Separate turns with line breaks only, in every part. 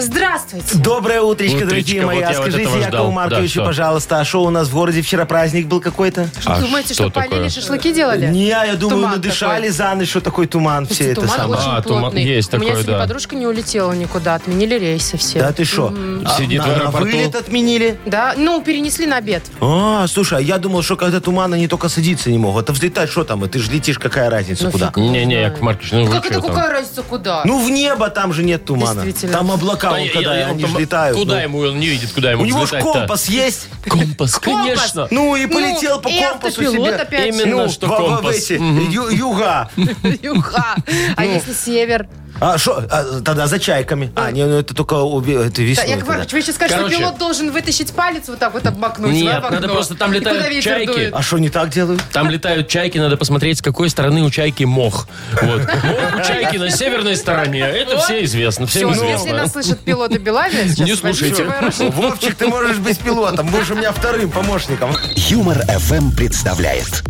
Здравствуйте.
Доброе утречко,
Утречко,
дорогие мои.
вот я
А
вот
скажите,
этого ждал.
Якову Марковичу,
Да, что?
пожалуйста, а что у нас в городе вчера праздник был какой-то?
А
Думаете, что,
что такое?
полили шашлыки делали?
Не, я думаю,
Туман
надышали за ночь, что такой туман,
Слушайте,
все это
туман
самое.
очень
А, туман-
плотный.
есть
У меня
такой,
сегодня
да.
подружка не улетела никуда, отменили рейсы все.
Да ты что?
Сидит в аэропорту.
А, вылет отменили?
Да, ну, перенесли на обед.
А, слушай, а я думал, что когда туман, они только садиться не могут. А взлетать что там? Ты же летишь, какая разница
Ну,
куда?
фиг.
Не-не, Яков Маркович, ну вы
как
чё
это,
там?
какая разница куда?
Ну, в небо там же нет тумана.
Действительно.
Там облака,
Да
вон,
я-
когда
я-
они
там-
же летают.
Куда
ну.
ему? Он не видит, куда ему
У него же
взлетать-то.
компас есть.
Компас, конечно.
Ну, и
Ну,
полетел по
и
компасу
автопилот
себе.
опять.
Именно
ну,
что
во- во- в
компас.
эти, ю- юга.
Юха. А
Ну.
если север?
А что? тогда за чайками. А, не, ну это только обе- это
Да,
весной.
Яков
тогда.
Маркович, вы сейчас скажете,
Короче.
что пилот должен вытащить палец вот так вот обмакнуть.
Нет,
в окно.
надо просто там
И
летают
куда ветер
чайки.
дует?
А что не так делают?
Там летают чайки, надо посмотреть, с какой стороны у чайки мох. Вот. Мох у чайки на северной стороне. Это все известно, всем
Все, если
известно.
нас слышат пилоты Белавия, сейчас
Не слушайте.
возьмите вооружение.
Вовчик, ты можешь быть пилотом. Будешь у меня вторым помощником.
Юмор ФМ представляет.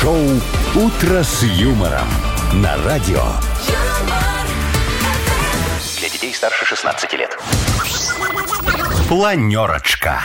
Шоу «Утро с юмором» на радио. Для детей старше 16 лет. Планерочка.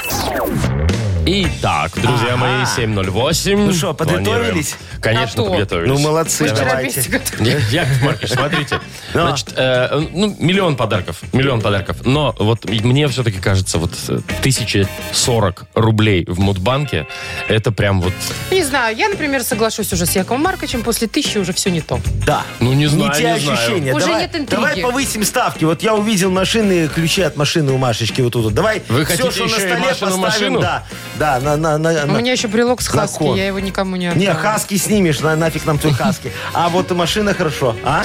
Итак, друзья мои, 7.08.
Ну что, подготовились?
Планируем. Конечно,
А то.
подготовились.
Ну, молодцы,
Мы вчера
давайте.
вместе готовили.
Яков Маркович, смотрите.
Да.
Значит, э, ну, миллион подарков. Миллион подарков. Но вот и мне все-таки кажется, вот э, 1040 рублей в Мудбанке, это прям вот,
Не знаю, я, например, соглашусь уже с Яковом Марковичем, после тысячи уже все не то.
Да.
ну, не знаю,
не те
не знаю.
ощущения.
Уже
давай,
нет интриги.
Давай повысим ставки. Вот я увидел машины, ключи от машины у Машечки вот тут. вот. Давай
Вы
все,
хотите
что на
еще и
столе
Машину
поставим.
машину?
Да, да, на, на, на,
У
на-
меня еще брелок с хаски,
Закон.
я его никому не
Не,
отдам.
хаски снимешь, на, нафиг нам твой хаски. А вот машина хорошо, а?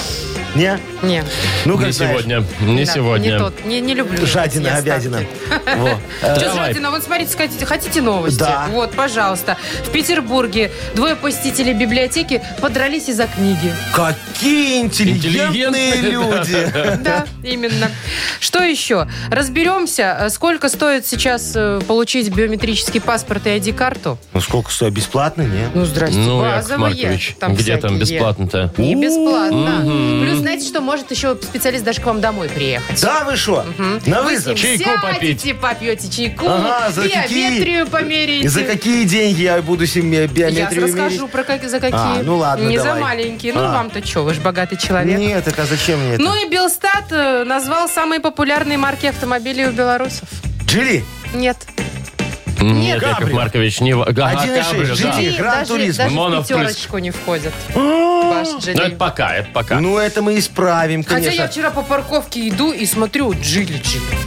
Не?
Не,
Ну,
не
как знаешь.
сегодня. Не
да,
сегодня.
Не тот, не, не люблю. я
Жадина,
эти ставки.
говядина. Во. Э,
Что
Давай.
жадина? Вот смотрите, хотите, хотите новости?
Да.
Вот, пожалуйста. В Петербурге двое посетителей библиотеки подрались из-за книги.
Какие интеллигентные
Интеллигентные,
люди.
Да, именно. Что еще? Разберемся, э, сколько стоит сейчас э, получить биометрический паспорт и ID-карту.
Ну, сколько стоит? Бесплатно, не?
Ну, здрасте,
Ну, Яков
базовые.
Маркович, где там
всякие.
бесплатно-то?
Не бесплатно. Плюс, знаете, что может еще специалист даже к вам домой приехать.
Да А вы что? На
Вы с ним
вызов?
Чайку
сядете,
попить.
попьете чайку,
Ага, за какие-
биометрию померяете.
И за какие деньги я буду с ним э,
Я
биометрию
расскажу
мерить?
про как, за какие.
А, ну ладно,
Не за
давай.
маленькие. Ну,
А.
вам-то что, вы же богатый человек.
Нет, это а зачем мне это?
Ну и Белстат э, назвал самые популярные марки автомобилей у белорусов.
Джили?
Нет.
Нет,
Габрио.
Яков Маркович, не... в- Ага,
1,6,
Габрио, да.
GT.
Джили
И Гран
даже,
Туризмо.
даже в
Моно плюс.
пятерочку не входит.
А.
Ваш Джили.
Ну, это пока, это пока.
Ну, это мы исправим,
Хотя я
конечно.
вчера по парковке иду и смотрю, Джили,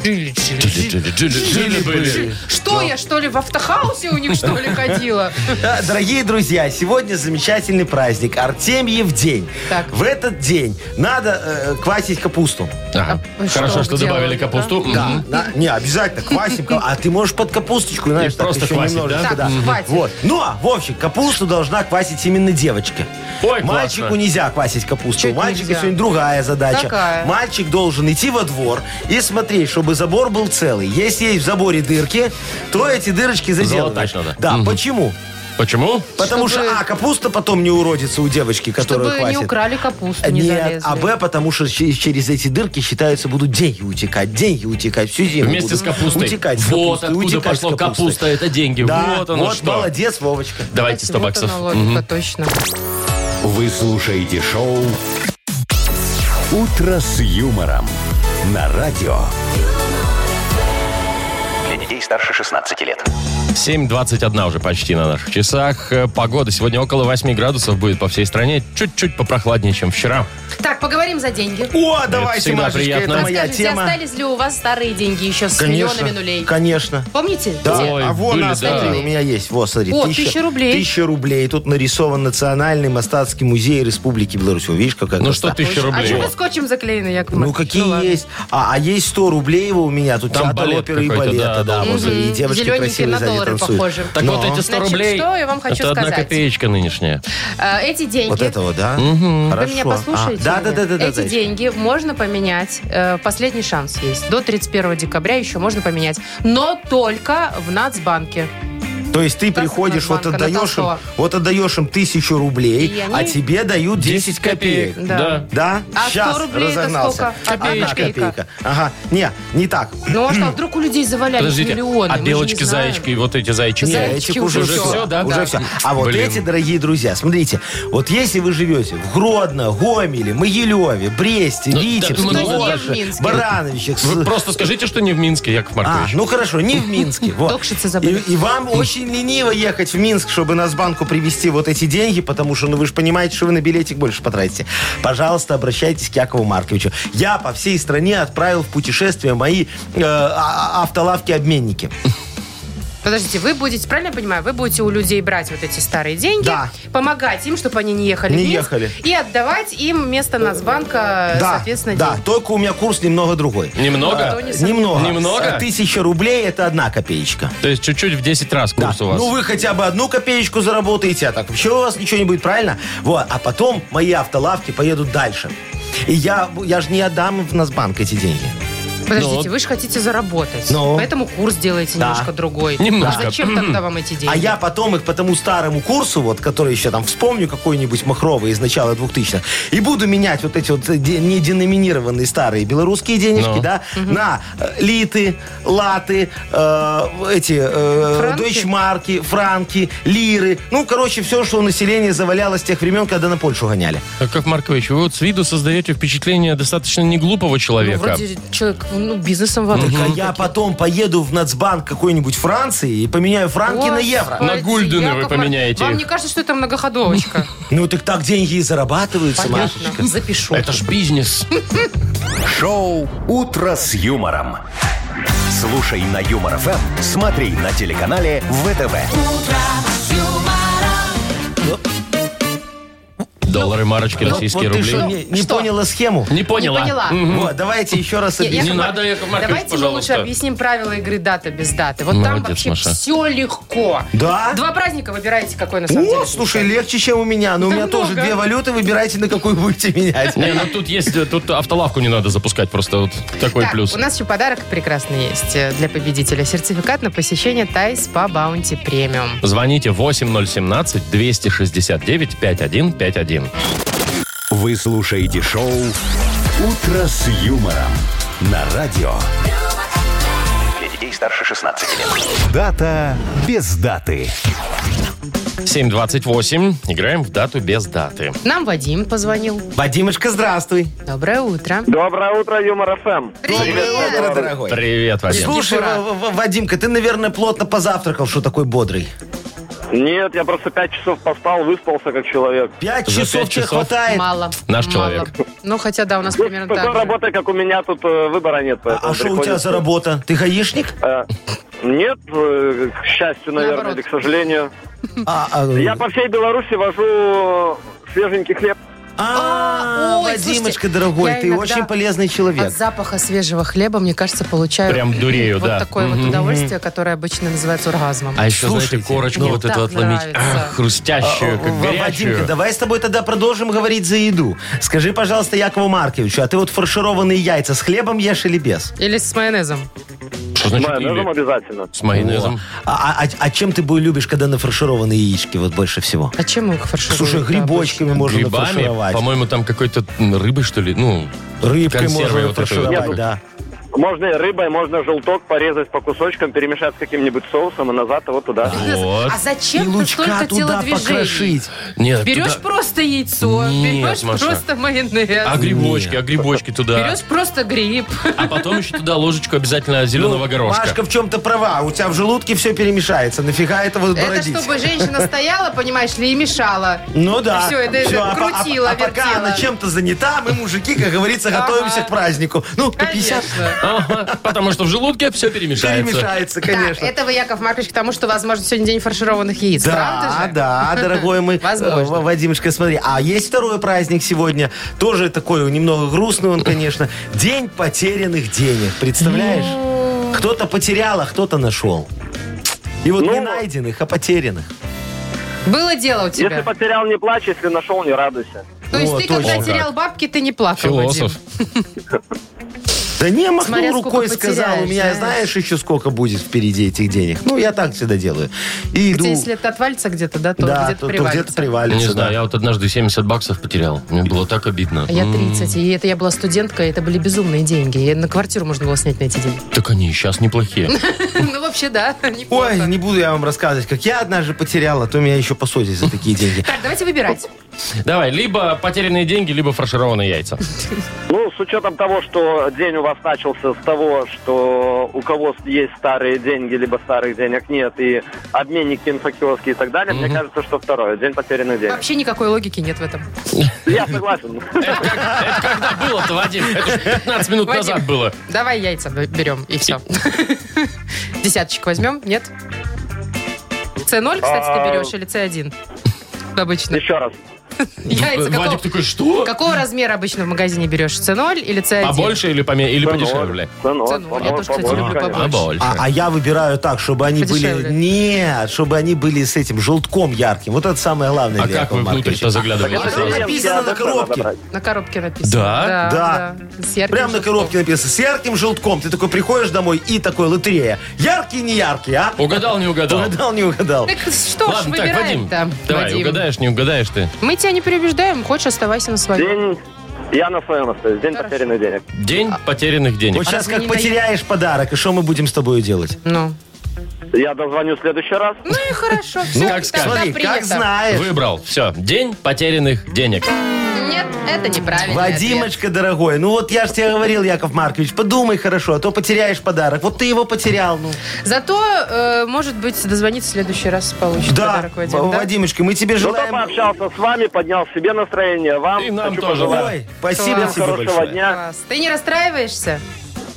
Джили, Джили, Джили.
Жили были.
Что я, что ли, в автохаусе у них, что ли, ходила?
Да, Дорогие друзья, сегодня замечательный праздник. Артемьев день.
Так.
В этот день надо э, квасить капусту.
Ага.
А
Хорошо,
что,
что
где
добавили
он, да?
капусту.
Да,
Мгм.
на- не, обязательно квасим. ка- А ты можешь под капусточку, знаешь, так
просто
еще
квасить,
немножечко,
да? Так, хватит.
Вот. Ну, Но, Вовчик, капусту должна квасить именно девочка.
Ой, классно.
Мальчику нельзя квасить капусту.
Чё это
У мальчика
нельзя?
сегодня другая задача.
Какая?
Мальчик должен идти во двор и смотреть, чтобы забор был целый. Если есть в заборе дырки, то эти дырочки заделываешь.
Залатать надо.
Да, почему?
Почему?
Потому
Чтобы-
что, а, капуста потом не уродится у девочки, которая
Чтобы не
квасит.
украли капусту, не
Нет, а
залезли.
Б, потому что щ- через эти дырки, считается, будут деньги утекать, деньги утекать, всю зиму
Вместе
будут
с капустой.
Утекать с
вот
капустой,
откуда
утекать с
пошло
капустой.
капуста, это деньги.
Да,
вот оно
вот
что.
молодец, Вовочка.
Давайте 100
Вот
баксов.
она логика, точно.
Вы слушаете шоу «Утро с юмором» на радио. Для детей старше 16 лет.
7.21 уже почти на наших часах. Э, Погода сегодня около 8 градусов будет по всей стране. Чуть-чуть попрохладнее, чем вчера.
Так, поговорим за деньги.
О, давайте,
всегда
Машечка,
приятно.
это моя
Расскажите, а
тема.
остались ли у вас старые деньги еще с миллионами нулей?
Конечно.
Помните?
Да,
Где?
Ой,
а вон,
были,
а, смотри,
да.
у меня есть. Вот, смотри.
О, тысяча рублей.
Тысяча рублей. Тут нарисован Национальный Мастатский музей Республики Беларусь. Во, Видишь, какая
Ну
красота.
что, тысяча
А
рублей.
что вы скотчем заклеены, Яков
Ну,
Маркович?
какие
ладно.
есть. А, а есть 100 рублей его у меня. Тут
Там
театр
балет
оперы и
какой-то,
балета.
да,
Да,
да,
вот,
да.
и девочки
Зелененькие
красивые
на доллары доллары
танцует.
похожи.
Так
Но.
вот эти 100
Значит,
рублей,
что я вам хочу
это одна
сказать.
копеечка нынешняя.
А, Эти деньги...
Вот этого, да?
Вы
Хорошо.
меня послушаете?
А, да, да, да, да, да.
Эти
Зайчик.
деньги можно поменять. э, Последний шанс есть. До 31 декабря еще можно поменять. Но только в Нацбанке.
То есть ты
Как
приходишь, вот
Нацбанка, на
отдаешь им,
Толстого.
вот отдаешь им тысячу
И
рублей,
они-
а тебе дают 10 копеек.
Да.
Да.
Да?
А 100
Сейчас
рублей это
разогнался.
сколько? Одна
Одна
копейка.
копейка. Ага. Не, не так.
Ну а что, вдруг у людей завалялись
Подождите,
миллионы?
а
Мы же не
белочки,
знаем.
зайчики, вот эти зайчики.
Не,
Зайчики
этих уже,
уже
все,
всё,
да,
уже
да.
все. А вот
Блин.
эти, дорогие друзья, смотрите, вот если вы живете в Гродно, Гомеле, Могилеве, Бресте,
Ну, да,
Витебске,
ну,
ну,
Орше,
не в Минске.
Барановичах,
Вы
с-
просто скажите, что не в Минске, Яков
А,
Маркович.
ну хорошо, не в Минске. Вот.
Токшицы забыли.
И, и вам очень лениво ехать в Минск, чтобы нас банку привезти вот эти деньги, потому что, ну вы же понимаете, что вы на билетик больше потратите. Пожалуйста, обращайтесь к Якову Марковичу. Я по всей стране отправил в путешествие мои э, а- а- автолавки-обменники.
Э, Подождите, вы будете, правильно я понимаю, вы будете у людей брать вот эти старые деньги,
Да.
помогать им, чтобы они не ехали
Не
в Минск,
ехали.
и отдавать им вместо Нацбанка,
Да,
соответственно,
да,
деньги.
только у меня курс немного другой. Э,
Немного?
то не сомневаюсь.
Немного.
Немного?
Тысяча рублей это одна копеечка.
То есть чуть-чуть в 10 раз
Да.
курс у вас.
Ну, вы хотя бы одну копеечку заработаете, а так вообще у вас ничего не будет, правильно? Вот. А потом мои автолавки поедут дальше. И я, я же не отдам в Насбанк эти деньги.
Подождите,
Ну.
вы же хотите заработать.
Ну.
Поэтому курс делаете
Да.
немножко другой.
Немножко.
А зачем тогда вам эти деньги?
А я потом их по тому старому курсу, вот, который еще там вспомню, какой-нибудь махровый из начала 2000-х, и буду менять вот эти вот де- неденоминированные старые белорусские денежки,
Ну.
да, на э, литы, латы, э, эти э,
Франки?
дойчмарки, франки, лиры. Ну, короче, все, что у населения завалялось с тех времен, когда на Польшу гоняли.
Яков Маркович, вы вот с виду создаете впечатление достаточно неглупого
ну,
человека.
вроде человек ну, бизнесом вообще.
Так а я потом поеду в Нацбанк какой-нибудь Франции и поменяю франки на евро.
На гульдены вы поменяете
Вам
их.
не кажется, что это многоходовочка?
Ну так так деньги и зарабатываются, Машечка.
Понятно. Ну, Запишу.
Это ж бизнес.
Ну,
Шоу «Утро с юмором». Слушай на Юмор ФМ, смотри на телеканале ВТВ.
Доллары, марочки,
ну,
Вот-
российские
Ну, вот ты что,
рубли.
не, не поняла схему?
Не поняла.
Не поняла.
М.
Вот, давайте еще раз
Я-
объясним.
Не
Яков
надо,
Маркович,
Яков Маркович,
Давайте мы лучше
пожалуйста.
объясним правила игры дата без даты. Вот там
Молодец,
вообще
Маша.
все легко.
Да?
Два праздника выбираете, какой на самом деле.
О, слушай, легче, чем у меня. Но у
Да
меня тоже
много.
две валюты, выбирайте, на какую будете менять.
Не, ну тут есть, э, тут автолавку не надо запускать, просто вот такой
Так,
плюс.
у нас еще подарок прекрасный есть э, для победителя. Сертификат на посещение Тайс по Баунти Премиум.
Звоните 8017-269-5151.
Вы слушаете шоу «Утро с юмором» на радио. Для детей старше 16 лет. Дата без даты.
728. Играем в дату без даты.
Нам Вадим позвонил.
Вадимочка, здравствуй.
Доброе утро.
Доброе утро, Юмор ФМ.
Доброе утро, дорогой.
Привет, Вадим.
Слушай,
Диффурат.
В- В- Вадимка, ты, наверное, плотно позавтракал, что такой бодрый.
Нет, я просто пять часов поспал, выспался как человек.
Пять
За
часов
пять
тебе
часов?
хватает?
Мало.
Наш
мало.
человек.
Ну, хотя да, у нас
Ну,
примерно
с такой
так же.
работой, как у меня, тут э, выбора нет.
А
поэтому
что у тебя
приходится-
за работа? Ты гаишник?
Э, Нет, э, к счастью, наверное,
Наоборот.
или к сожалению.
А, а,
Я по всей Беларуси вожу свеженький хлеб.
а,
А, ой,
Вадимочка,
слушайте,
дорогой,
я
ты
иногда
очень полезный человек.
От запаха свежего хлеба, мне кажется, получаю
Прям дурею,
вот
да.
такое вот
Мгм.
удовольствие, которое обычно называется оргазмом.
А еще, знаете,
Слушайте, А,
корочку
ну,
вот
так
эту отломить.
нравится.
Ах, хрустящую, как
В- Вадимка,
горячую.
давай с тобой тогда продолжим говорить за еду. Скажи, пожалуйста, Якову Марковичу, а ты вот фаршированные яйца с хлебом ешь или без?
Или с майонезом.
Что
С
А
значит
майонезом
или?
обязательно.
С майонезом.
О. А, а- а- а чем ты бы любишь, когда нафаршированные яички вот больше всего?
А чем их фаршируют?
Слушай, грибочками можно
Грибами,
нафаршировать.
по-моему, там какой-то м, рыбой, что ли, ну,
Рыбкой
консервой
можно
вот
нафаршировать,
этой вот.
да.
ну,
Можно и рыбой, можно желток порезать по кусочкам, перемешать с каким-нибудь соусом и назад его туда.
Вот.
А
И
зачем ты
лучка
столько
туда
телодвижений?
покрошить.
Нет,
Берешь
туда-
просто яйцо,
Нет,
берешь
Маша.
просто майонез,
А грибочки, а грибочки туда.
берешь просто гриб.
А потом еще туда ложечку обязательно зеленого
Ну,
горошка.
Машка в чем-то права. У тебя в желудке все перемешается. Нафига это вот
Это
бородить?
чтобы женщина стояла, понимаешь ли, и мешала.
Ну да.
Всё, это- это
Всё, а по- а-
крутила,
а, пока
вертела.
она чем-то занята, мы, мужики, как говорится,
Ага.
готовимся к празднику. Ну, по 50
Конечно.
Ага, потому что в желудке все перемешается.
перемешается,
Да,
конечно.
это вы, Яков Маркович, к тому, что, возможно, сегодня день фаршированных яиц.
Да,
правда же?
да, дорогой мой э,
Возможно.
В- Вадимушка, смотри. А есть второй праздник сегодня, тоже такой немного грустный он, конечно. День
Ну.
потерянных денег, представляешь? Кто-то потерял, а кто-то нашел. И вот
Ну,
не найденных, а потерянных.
Было дело у
Если
тебя.
потерял, не плачь, если нашел, не радуйся.
То есть
О,
ты, когда
точно.
терял бабки, ты не плакал, Вадим.
Философ.
Да не, махнул
Смотря сколько
рукой, сказал, у
потеряешь,
меня,
знаешь.
знаешь, еще сколько будет впереди этих денег. Ну, я так всегда делаю. И
Хотя
иду...
если это от вальца где-то, да, то
да,
где-то
то- то
привалится.
где-то привалится.
Не
да.
знаю, я вот однажды 70 баксов потерял. Мне было так обидно.
А Я
М,
30, и это я была студентка, и это были безумные деньги. И на квартиру можно было снять на эти деньги.
Так они сейчас неплохие.
Ну, вообще, да,
Ой,
неплохо.
не буду я вам рассказывать, как я однажды потерял, а то меня еще посудят за такие деньги.
Так, давайте выбирать.
Давай, либо потерянные деньги, либо фаршированные яйца.
Ну, с учетом того, что день у вас начался с того, что у кого есть старые деньги, либо старых денег нет, и обменники, инфокиоски и так далее, мне кажется, что второе. День потерянных денег.
Вообще никакой логики нет в этом.
Я согласен.
Это когда было-то, Вадим? Это ж 15 минут
Вадим.
назад было.
Давай яйца б- берем, и все. Десяточек возьмем? Нет? С0, кстати, ты
А.
берешь, или С1? Обычно.
Еще раз.
Яйца какого,
Вадик такой, что?
какого размера обычно в магазине берешь? С0 или С1?
Побольше или поме- или подешевле?
Ценой,
Ценой. Я
побольше,
тоже, кстати,
побольше,
люблю
конечно.
побольше.
Побольше.
А, а я выбираю так, чтобы они
Подешевле.
были... Нет, чтобы они были с этим желтком ярким. Вот это самое главное
А
для
как
Якова
вы
Марковича.
внутрь-то заглядываете
Нет,
Там
нет,
сразу?
написано
всегда
на коробке.
надо брать.
На коробке написано.
Да?
Да, С ярким
Прям на
желтком.
коробке написано. С ярким желтком. Ты такой приходишь домой и такой лотерея. Яркий, не яркий, а?
Угадал, не угадал?
Угадал, не угадал.
Так что
Ладно,
ж,
так,
выбираем
Вадим,
там.
давай, угадаешь, не угадаешь ты.
Мы тебя не переубеждаем, хочешь, оставайся на своем.
День... Я на своем остаюсь. День
Хорошо.
потерянных денег.
День потерянных денег.
Вот сейчас
разве
как
не
потеряешь подарок, и что мы будем с тобой делать?
Ну.
Я дозвоню в следующий раз.
Ну и хорошо, все,
как скажешь.
тогда
Смотри, как
принято.
знаешь.
Выбрал. Все. День потерянных денег.
Нет, это неправильно.
Вадимочка, дорогой, ну вот я же тебе говорил, Яков Маркович, подумай хорошо, а то потеряешь подарок. Вот ты его потерял, ну.
Зато, э, может быть, дозвониться в следующий раз получит
Да,
подарок Вадим. да?
Вадимочка, мы тебе
Зато
желаем...
Ну, пообщался с вами, поднял себе настроение. Вам
И нам
хочу
тоже,
пожелать
да.
Ой, спасибо
Класс.
тебе
хорошего
большое.
дня.
Класс. Ты не расстраиваешься?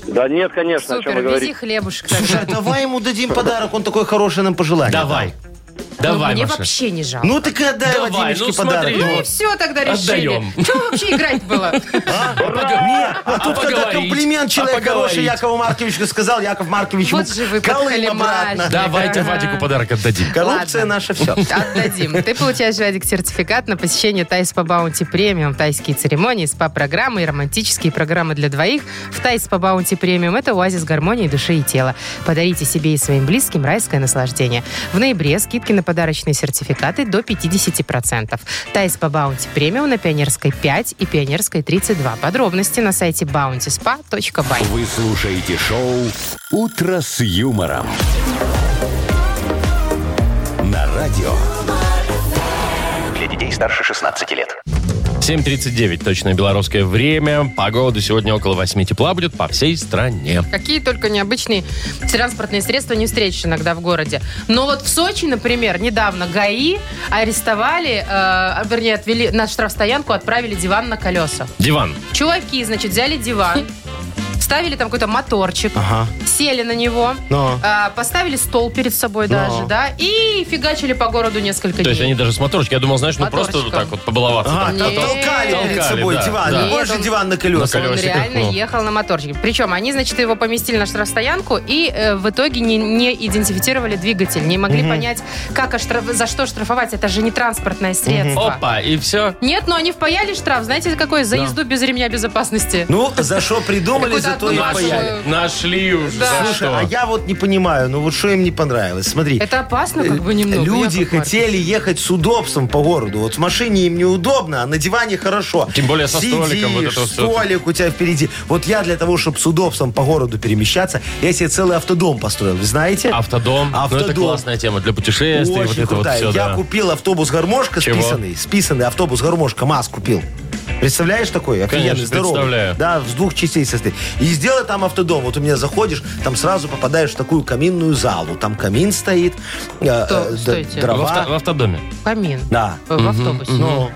Да нет, конечно, о чем
Супер,
вы
вези
говорите.
хлебушек
Слушай, а
тогда.
давай ему дадим подарок, он такой хороший нам пожелание.
Давай. Давай,
Мне
Маша.
вообще не жалко.
Ну так и отдай
Давай,
Вадимочке
ну смотри,
подарок.
ну,
Ну и все тогда решили.
Отдаем.
Чего вообще играть было?
Нет, а тут когда
поговорить?
комплимент
А
человек
поговорить?
хороший Якову Марковичу сказал, Яков Маркович ему
Вот же вы
колым
подхалимажник.
обратно.
Давайте
Ага.
Вадику подарок отдадим.
Коррупция
Ладно.
наша все.
Отдадим. Ты получаешь, Вадик, сертификат на посещение Тайс по Баунти Премиум, тайские церемонии, СПА-программы и романтические программы для двоих. В Тайс по Баунти Премиум это оазис гармонии души и тела. Подарите себе и своим близким райское наслаждение. В ноябре скидки на подарочные сертификаты до 50%. Тайс по Баунти Премиум на Пионерской 5 и Пионерской 32. Подробности на сайте bountyspa.by.
Вы слушаете шоу «Утро с юмором». На радио.
Для детей старше 16 лет.
7.39, точное белорусское время. Погода сегодня около 8 тепла будет по всей стране.
Какие только необычные транспортные средства не встретишь иногда в городе. Но вот в Сочи, например, недавно ГАИ арестовали, э, вернее, отвели на штрафстоянку, отправили диван на колеса.
Диван.
Чуваки, значит, взяли диван, вставили там какой-то моторчик,
Ага.
сели на него,
Но.
э, поставили стол перед собой
Но.
даже, да, и фигачили по городу несколько
То есть они
дней.
даже с моторочки. Я думал, знаешь, ну просто вот
Моторчиком.
так а вот побаловаться.
Ага,
там.
там
Нет.
А, толкали перед
Толкали,
собой
да,
диван.
да.
Больше
Нет, он-
диван на
На
колесах.
Он
колесиках,
реально
ну.
ехал на моторчике. Причем они, значит, его поместили на штрафстоянку и э, в итоге не, не идентифицировали двигатель. Не могли понять, как оштраф- за что штрафовать. Это же не транспортное средство.
Опа, и все.
Нет, но они впаяли штраф. Знаете, какой? За езду без ремня безопасности.
Ну, за что придумали,
Куда
зато и
отмазали?
пояли.
Нашли уже.
Да.
за
Слушай,
что.
а я вот не понимаю, ну вот что им не понравилось. Смотри. э,
Это опасно как бы немного.
Люди
Яков Маркович.
хотели ехать с удобством по городу. Вот в машине им неудобно, а на диване хорошо.
Тем более со
Сидишь,
столиком вот это вот всё.
столик у тебя впереди. Вот я для того, чтобы с удобством по городу перемещаться, я себе целый автодом построил. Вы знаете?
Автодом. Ну, это
Автодом.
классная тема для путешествий.
Очень
вот это
крутая.
вот все,
Я
да.
купил автобус гармошка
Чего?
списанный, списанный автобус гармошка МАЗ купил. Представляешь такой? Офигенный,
Конечно,
здоровый.
представляю.
Да, с двух частей состоит. И сделай там автодом. Вот у меня заходишь, там сразу попадаешь в такую каминную залу. Там камин стоит, э, э,
Стойте.
д-
В, авто- в
дрова.
автодоме.
Камин.
Да.
В автобусе.
Ну,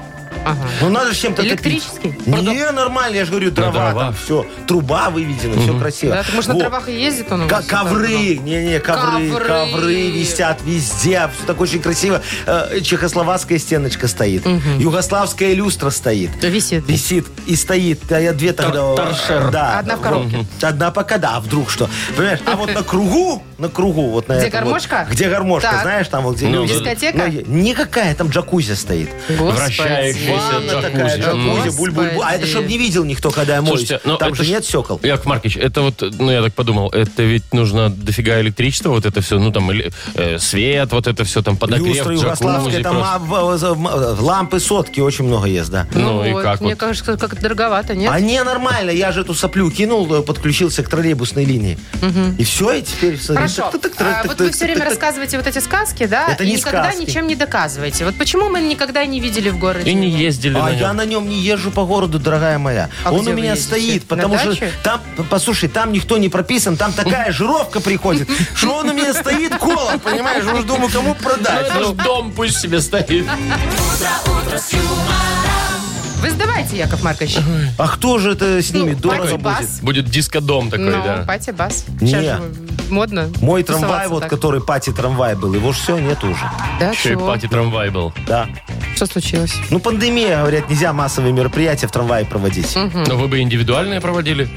Ага.
ну надо же чем-то топить.
Электрический?
Не, нормально, я же говорю, дрова,
дрова.
там все, труба выведена, все красиво.
Да, так, может, на
Ну, Вот.
дровах и ездит
Ну,
он у
Ка-
вас?
ковры, не-не, ковры,
Ковры.
ковры, висят везде. Все так очень красиво. Э, Чехословацкая стеночка стоит. Югославская люстра стоит.
Висит.
Висит и стоит. А я две тогда...
торшер.
Да.
Одна в коробке.
Одна пока, да, а вдруг что. Понимаешь, а вот на кругу, на кругу. Вот на
Где
этом
гармошка?
Вот, где гармошка,
Так.
знаешь, там вот где...
Ну,
люди-
Дискотека?
Ноги- Никакая, там джакузи стоит.
Вращающаяся
Ванна такая,
джакузи. М.
джакузи, буль-буль-буль. А это
Господи.
чтобы не видел никто, когда я моюсь.
Слушайте, ну,
Там
это
же
ж-
нет секол.
Яков Маркович, это вот, ну я так подумал, это ведь нужно дофига электричества, вот это все, ну там или, э, свет, вот это все там подогрев,
Люстра
джакузи.
югославская, там
просто.
а, в- в- в- в- лампы сотки очень много есть, да.
Ну, и как
Мне
вот?
кажется, как-то дороговато, нет?
А не, нормально, я же эту соплю кинул, э, подключился к троллейбусной линии. И все, и теперь... смотри,
Хорошо.
тык-тык-тык-тык-тык-тык-тык.
А, Вот вы все время рассказываете вот эти сказки, да?
Это
и
не
никогда
сказки.
ничем не доказываете. Вот почему мы никогда не видели в городе?
И не
его?
ездили
А
на
я
нем.
на нем не езжу по городу, дорогая моя.
А
Он
где
у
вы
меня
ездите?
стоит,
На
потому что
даче?
там, п- послушай, там никто не прописан, там такая жировка приходит, что он у меня стоит голым, понимаешь? Уж думаю, кому
Ну,
продать.
это ж дом пусть себе стоит.
Вы сдавайте, Яков Маркович. Ну,
А кто же это снимет? Дорого будет.
бас.
Будет дискодом такой,
Ну,
да.
пати бас.
Не.
Сейчас же модно.
Мой
тусоваться
трамвай, вот
так.
который пати трамвай был, его же все нет уже.
Да,
Еще и
чего?
пати трамвай был.
Да.
Что случилось?
Ну, пандемия, говорят, нельзя массовые мероприятия в трамвае проводить.
Но вы бы индивидуальные проводили.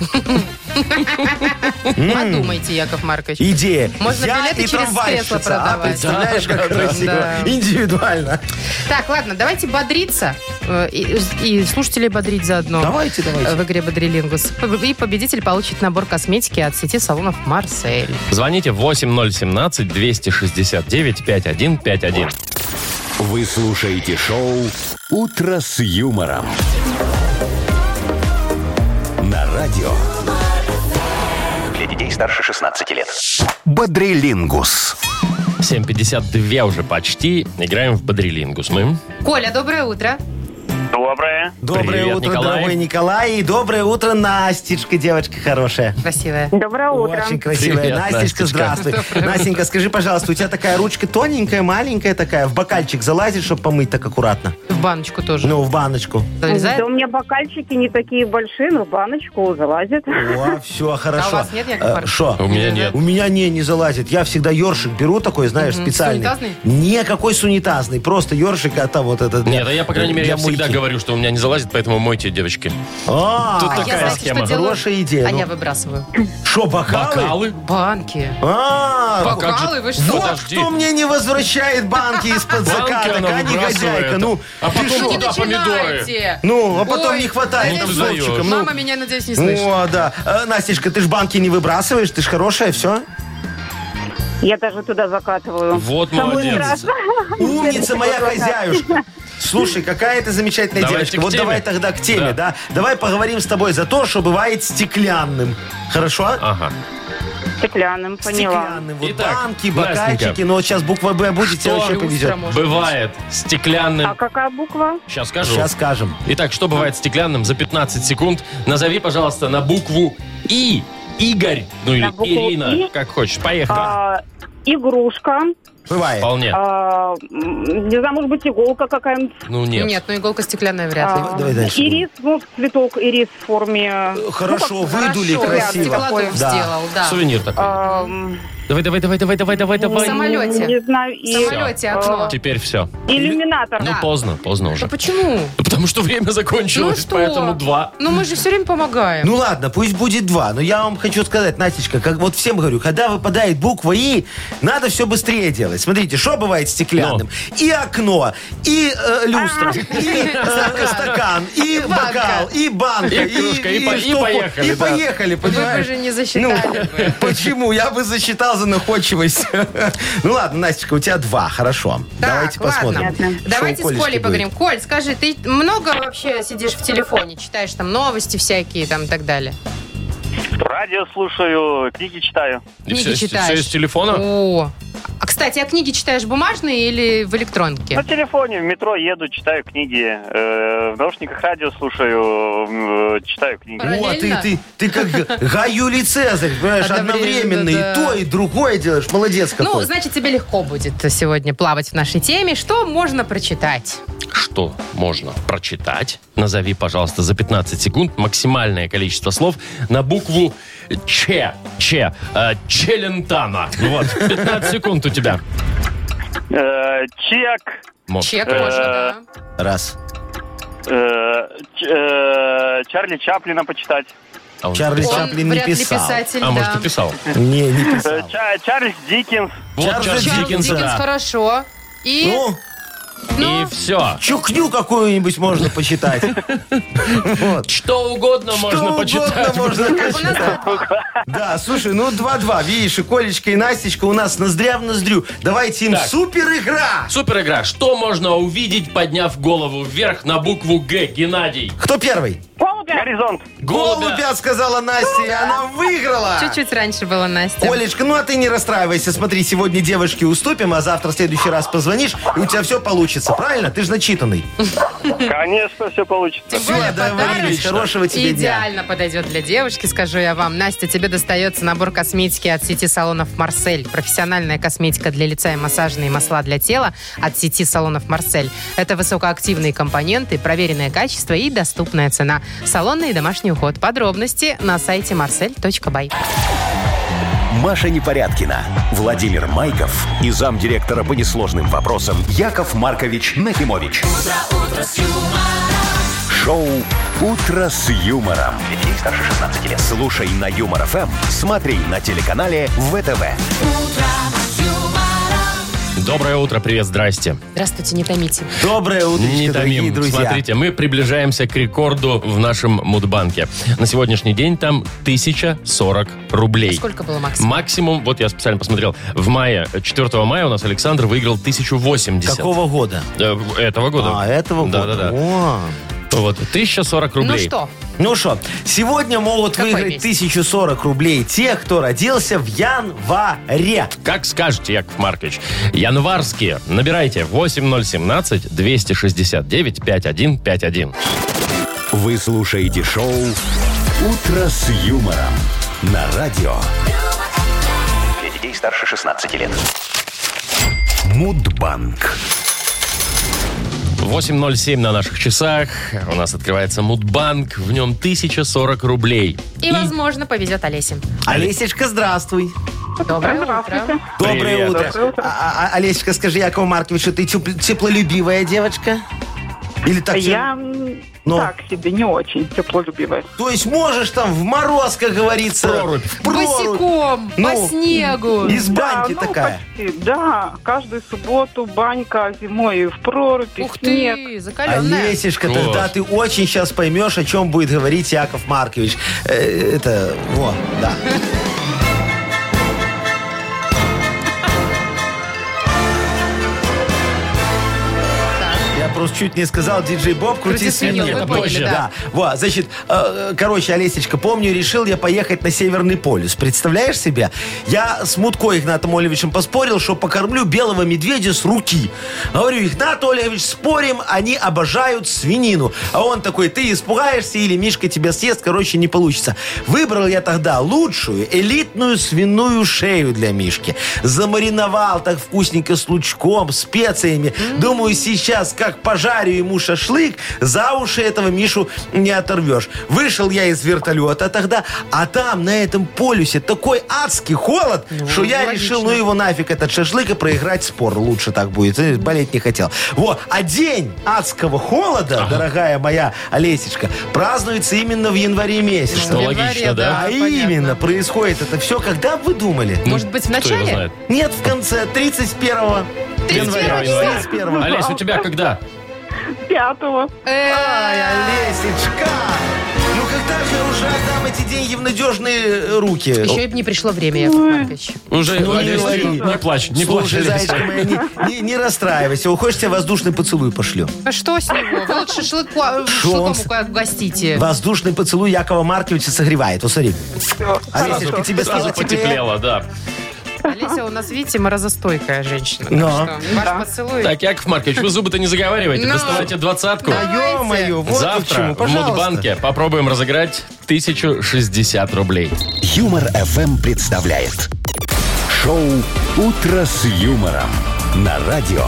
Подумайте, Яков Маркович.
Идея.
Можно
Я
билеты
и
через
трамвайщица.
кресло
А,
продавать.
представляешь, как красиво.
да.
Индивидуально.
Так, ладно, давайте бодриться. э, И, и слушателей бодрить заодно.
Давайте,
э,
давайте.
В игре «Бодрилингус». П- И победитель получит набор косметики от сети салонов «Марсель».
Звоните 8017-269-5151.
Вы слушаете шоу «Утро с юмором». На радио
Для детей старше 16 лет.
«Бодрилингус».
7.52 уже почти. Играем в Бодрилингус. Мы
Коля, доброе утро.
Доброе.
Доброе
Привет,
утро,
Николай.
дорогой Николай. И доброе утро, Настечка, девочка хорошая.
Красивая.
Доброе утро.
Очень красивая.
Привет,
Настечка,
Настечка.
здравствуй. Настенька, скажи, пожалуйста, у тебя такая ручка тоненькая, маленькая такая, в бокальчик залазит, чтобы помыть так аккуратно?
В баночку тоже.
Ну, в баночку.
Залезает?
Да у меня бокальчики не такие большие, но в баночку залазит.
О, все, хорошо.
А у вас нет, Яков
Э,
Маркович?
шо?
У меня нет.
У меня не, не залазит. Я всегда ершик беру такой, знаешь,
Мгм.
специальный.
Сунитазный?
Никакой сунитазный. Просто ершик, а там вот этот... для-
Нет, а я, по крайней мере,
для
я всегда
мойки.
говорю, что у меня не залазит, поэтому мойте, девочки.
А,
Тут
А
такая
я, знаете,
схема.
что делаю?
Хорошая идея,
А
ну.
я выбрасываю.
Шо, бокалы?
Бокалы?
Банки.
А,
Бокалы,
вот
Бокалы, вы что?
Вот
Подожди.
кто мне не возвращает банки из-под
Банки
зака,
она
такая
выбрасывает.
негодяйка. Ну,
А
ты
потом
шо?
куда помидоры?
начинайте.
Ну, а потом
Ой,
не хватает
ну,
там
ты
с
даешь.
Вовчиком, ну.
Мама меня, надеюсь, не слышит.
О, да. Э, Настечка, ты ж банки не выбрасываешь, ты ж хорошая, все.
Я даже туда закатываю.
Вот
Самое
молодец.
страшное.
Умница моя хозяюшка. Слушай, какая ты замечательная
Давайте
девочка.
к
Вот
теме.
давай тогда к теме,
Да.
да. Давай поговорим с тобой за то, что бывает стеклянным. Хорошо?
Ага.
Стеклянным, поняла.
Стеклянным. Вот
А. Итак,
банки, бокальчики.
Настенька.
Но вот сейчас буква Б будет, тебе
Что?
вообще повезет.
Люстра, может
Бывает
А
стеклянным...
какая буква?
Сейчас скажу.
Сейчас скажем.
Итак, что бывает стеклянным за 15 секунд? Назови, пожалуйста, на букву И. Игорь, ну или
На букву
Ирина,
«И»?
как хочешь. Поехали.
А, игрушка.
Бывает.
Вполне.
а, м, не знаю, может быть, иголка какая-нибудь.
Ну нет.
Нет, ну иголка стеклянная вряд ли.
А,
давай дальше.
ирис, ну, цветок ирис в форме. Ну,
Хорошо, выдули
Хорошо,
красиво.
Стеклодув
Да.
сделал, да.
Сувенир такой.
А. ам,
Давай, давай, давай, давай, давай, давай,
м,
давай.
самолете.
Не знаю, и
В самолете
Ну, Всё.
окно.
Теперь все.
иллюминатор.
Ну, поздно, поздно
Да
уже.
почему?
Да Потому что время закончилось, поэтому два.
Ну мы же все время помогаем.
Ну ладно, пусть будет два. Но я вам хочу сказать, Настечка, как вот всем говорю, когда выпадает буква И, надо все быстрее делать. Смотрите, что бывает стеклянным? И окно, и э, люстра, и э, стакан, и
А. Банка.
бокал, и банка,
И кружка, и по- и
что
поехали,
И
да.
поехали,
Вы бы
понимаешь?
же не
Ну,
засчитали бы.
почему? Я бы засчитал за находчивость. Ну ладно, Настечка, у тебя два, хорошо.
Так,
Давайте
ладно.
посмотрим. что
Давайте с
у Колечки
Колей
будет.
поговорим. Коль, скажи, ты много вообще сидишь в телефоне, читаешь там новости всякие там и так далее?
Радио слушаю, книги читаю.
И
Книги
все, из-
читаешь?
все из телефона?
О. А, кстати, а книги читаешь бумажные или в электронке?
На телефоне, в метро еду, читаю книги. э, в наушниках радио слушаю, м, э, читаю книги.
О, ты,
Параллельно?
ты, ты как Гай Юлий Цезарь, понимаешь,
Одновременно,
одновременно
да.
и то, и другое делаешь. Молодец какой.
Ну, значит, тебе легко будет сегодня плавать в нашей теме. Что можно прочитать?
Что можно прочитать? Назови, пожалуйста, за 15 секунд максимальное количество слов на букву Ч. Ч. Э, Челентано. Ну Вот, 15 секунд у тебя.
Э, чек.
Мог.
Чек
Э,
можно, да.
Раз.
э, ч- э, Чарли Чаплина почитать.
А он-
Чарли
Он
Чаплин не
вряд ли
писал.
писатель,
А может,
да.
и писал.
Не, не
Э,
писал.
Ча- Чарльз Диккенс.
Вот
Чарльза
Чарльз
Чаплин.
Чарльз
Диккенс.
Диккенса.
Диккенс, хорошо. И,
Ну,
ну,
И все.
чукню какую-нибудь можно почитать. Вот.
Что угодно можно
Что угодно
почитать.
можно
у нас
почитать. Да, слушай, ну 2-2, видишь, и Колечка, и Настечка у нас ноздря в ноздрю. Давайте им
Так.
супер игра.
Супер игра. Что можно увидеть, подняв голову вверх на букву Г? Геннадий.
Кто первый?
Горизонт.
Голубя.
Голубя, сказала Настя, и она выиграла.
чуть-чуть раньше было, Настя.
Олечка, ну а ты не расстраивайся. Смотри, сегодня девушке уступим, а завтра в следующий раз позвонишь, и у тебя все получится, правильно? Ты же начитанный.
Конечно, все получится.
Ну, Тем более
Всё, договорились.
подарок
Хорошего тебе дня.
Идеально подойдет для девушки, скажу я вам. Настя, тебе достается набор косметики от сети салонов «Марсель». Профессиональная косметика для лица и массажные масла для тела от сети салонов «Марсель». Это высокоактивные компоненты, проверенное качество и доступная цена. Салонный и домашний уход. Подробности на сайте marsel.by.
Маша Непорядкина, Владимир Майков и замдиректора по несложным вопросам Яков Маркович Нахимович. Шоу Утро с юмором. Детей старше 16 лет. Слушай на юмор ФМ, смотри на телеканале ВТВ.
Доброе утро, привет, здрасте.
Здравствуйте, не томите.
Доброе
Не
утро, дорогие
томим.
друзья.
Смотрите, мы приближаемся к рекорду в нашем Мудбанке. На сегодняшний день там 1040 рублей.
А Сколько было максимум?
Максимум, вот я специально посмотрел, в мае, 4 мая у нас Александр выиграл 1080.
Какого года?
Э, Этого года.
А, этого года.
Да-да-да.
О.
Вот, 1040 рублей.
Ну что,
Ну что, сегодня могут
Какой
выиграть
месяц?
1040 рублей те, кто родился в январе.
Как скажете, Яков Маркович. Январские. Набирайте 8017-269-5151.
Вы слушаете шоу Утро с юмором на радио
Для детей старше 16 лет.
Мудбанк.
8.07 на наших часах. У нас открывается Мудбанк. В нем 1040 рублей.
и, возможно, повезет Олесе.
Олесечка, здравствуй.
Доброе утро.
Доброе
Привет.
утро. А- а- а- Олесечка, скажи, Якову Марковичу, ты тюп- теплолюбивая девочка? Или так? тебе-
Я м,
Ну?
так себе не очень теплолюбивая.
То есть можешь там в мороз, как говорится.
В прорубь.
в прорубь.
Босиком, по
Ну,
снегу.
Из баньки
да, ну,
такая.
почти, да, каждую субботу банька а зимой в прорубь,
Ух
снег.
ты, закаленная.
Олесечка,
Класс.
тогда ты очень сейчас поймешь, о чем будет говорить Яков Маркович. Э, Это, вот, да. Я просто чуть не сказал, диджей Боб, крути
Крути свинил,
свинил.
вы
Это
поняли,
позже,
да.
да. Вот, значит, э, короче, Олесечка, помню, решил я поехать на Северный полюс. Представляешь себе? Я с Мутко Игнатом Олевичем поспорил, что покормлю белого медведя с руки. Говорю, Игнат Олевич, спорим, они обожают свинину. А он такой, ты испугаешься или Мишка тебя съест, короче, не получится. Выбрал я тогда лучшую элитную свиную шею для Мишки. Замариновал так вкусненько с лучком, специями. Думаю, сейчас как пожарю ему шашлык, за уши этого Мишу не оторвешь. Вышел я из вертолета тогда, а там на этом полюсе такой адский холод, что я
логично.
решил, ну его нафиг этот шашлык и проиграть спор. Лучше так будет. Э, Болеть не хотел. Вот. А день адского холода, дорогая моя Олесечка, празднуется именно в январе месяце.
Что
В январе,
логично, да? Ну.
А
понятно.
именно происходит это все, когда вы думали?
Может быть, в
Кто его
начале?
знает?
Нет, в конце 31
31
января. 31
Олесь, у тебя когда?
Пятого.
Ай,
Э,
Олесечка! Ну когда же я уже отдам эти деньги в надежные руки?
Еще и не пришло время, Яков Маркович.
Уже,
Ну,
Олесь,
не
ты
говори.
не плачь, не плачь.
Слушай,
Олесь.
зайчка моя, не, не- не расстраивайся. Хочешь, я воздушный поцелуй пошлю.
А Что с него? Вы лучше шашлыку, э,
Шо он с-
шашлыком угостите.
Воздушный поцелуй Якова Марковича согревает. Вот смотри. Олесечка, тебе
Сразу
стало теплее?
потеплело, да.
Олеся у нас, видите, морозостойкая женщина.
Но.
Так что ваш поцелуй.
Так, Яков Маркович, вы зубы-то не заговаривайте,
Ну.
доставайте двадцатку.
Да.
Ё-моё, вот ты к
Завтра
чему,
в
пожалуйста.
Мудбанке попробуем разыграть 1060 рублей.
Юмор FM представляет шоу Утро с юмором на радио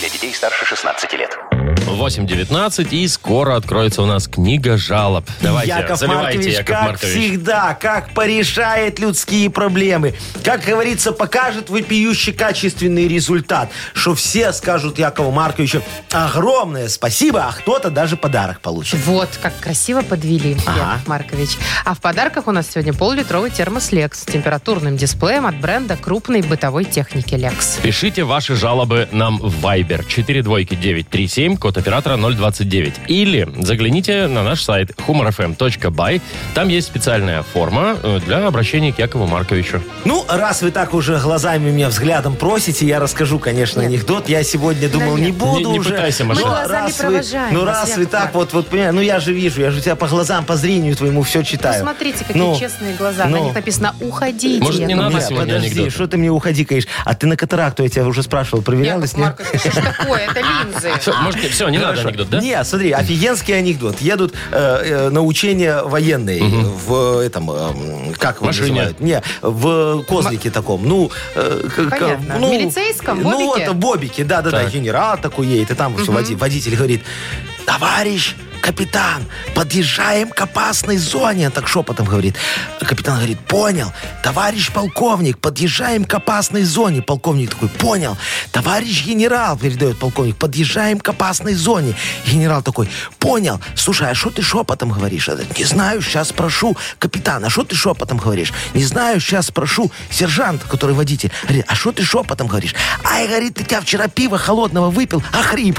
Для детей старше 16 лет.
8.19, и скоро откроется у нас книга жалоб. Давайте,
Яков
заливайте,
Маркович,
Яков
как
Маркович.
всегда, как порешает людские проблемы. Как говорится, покажет вопиющий качественный результат, что все скажут Якову Марковичу огромное спасибо, а кто-то даже подарок получит.
Вот, как красиво подвели, Яков
Ага.
Маркович. А в подарках у нас сегодня пол-литровый термос Lex с температурным дисплеем от бренда крупной бытовой техники Lex.
Пишите ваши жалобы нам в Viber 42937, код оператора 029. Или загляните на наш сайт humorfm.by. Там есть специальная форма э, для обращения к Якову Марковичу.
Ну, раз вы так уже глазами меня взглядом просите, я расскажу, конечно, анекдот. Я сегодня думал, не буду
Не- не
уже.
пытайся, Маша.
Но
Мы
глазами
раз вы-
провожаем
Ну,
вас,
раз вы
Яков
так вот, вот, понимаешь, ну я же вижу, я же у тебя по глазам, по зрению твоему все читаю.
Посмотрите, какие
Ну,
честные глаза. На
ну.
них написано «Уходите».
Может, не
Яков
надо
Маркович.
сегодня
подожди,
анекдоты.
что ты мне уходи, конечно. А ты на катаракту, я тебя уже спрашивал, проверялась?
Яков
нет?
Маркович, что ж такое? Это линзы.
А
Все, можете, все не надо
Хорошо.
анекдот, да?
Не, смотри, офигенский анекдот. Едут э, э, на учения военные в э, этом, э, м, как его
Машине.
называют? Не, в козлике таком. Ну, э, к- к-
Понятно. Милицейском,
Ну,
бобике?
это бобике, да-да-да.
Так.
Генерал такой едет, и там что води- водитель говорит, товарищ капитан, подъезжаем к опасной зоне. Так шепотом говорит. Капитан говорит, понял. Товарищ полковник, подъезжаем к опасной зоне. Полковник такой, понял. Товарищ генерал, передает полковник, подъезжаем к опасной зоне. Генерал такой, понял. Слушай, а что ты шепотом говоришь? Я говорю, Не знаю, сейчас спрошу. Капитан, а что ты шепотом говоришь? Не знаю, сейчас спрошу. Сержант, который водитель, говорит, а что ты шепотом говоришь? Ай, говорит, ты тебя вчера пиво холодного выпил, а хрип.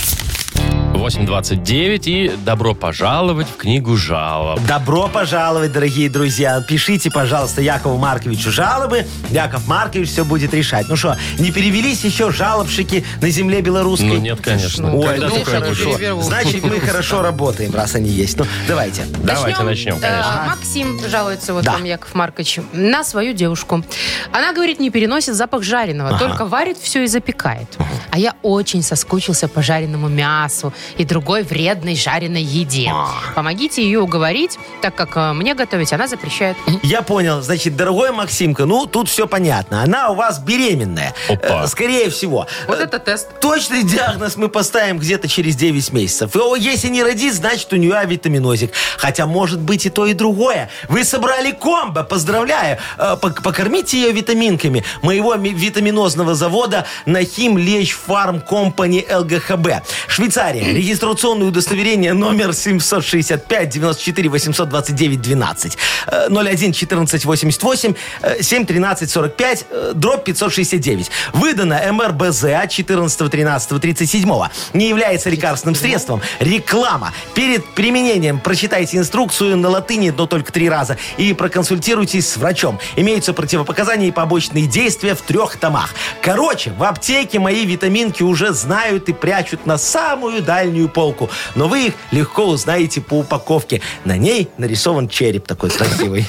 8.29 и добро пожаловать в книгу жалоб.
Добро пожаловать, дорогие друзья. Пишите, пожалуйста, Якову Марковичу жалобы. Яков Маркович все будет решать. Ну что, не перевелись еще жалобщики на земле белорусской?
Ну нет, конечно.
Ну,
Ой,
Когда
ну
такое
конечно,
будет?
хорошо.
перевернут.
Значит, мы хорошо работаем, раз они есть. Ну, давайте.
Давайте начнем,
Э,
конечно.
Максим жалуется, вот
Да.
вам, Яков Маркович, на свою девушку. Она говорит, не переносит запах жареного, только варит все и запекает. А я очень соскучился по жареному мясу и другой вредной жареной еде.
А.
Помогите ее уговорить, так как э, мне готовить она запрещает.
Я понял. Значит, дорогой Максимка, ну, тут все понятно. Она у вас беременная.
Опа.
Э, Скорее всего.
Вот
Э,
это тест.
Точный диагноз мы поставим где-то через 9 месяцев. И, о, если не родит, значит у нее авитаминозик. Хотя может быть и то, и другое. Вы собрали комбо, поздравляю. Э, пок- Покормите ее витаминками моего ми- витаминозного завода Нахим Леч Фарм Компани ЛГХБ. Швейцария. Регистрационное удостоверение номер 765 94 829 12 э, 01 14 88 э, 7 13 45 э, дробь 569. Выдано МРБЗ от 14 13 37 Не является лекарственным средством. Реклама. Перед применением прочитайте инструкцию на латыни, но только три раза. И проконсультируйтесь с врачом. Имеются противопоказания и побочные действия в трех томах. Короче, в аптеке мои витаминки уже знают и прячут на самую дальнюю полку. Но вы их легко узнаете по упаковке. На ней нарисован череп такой красивый.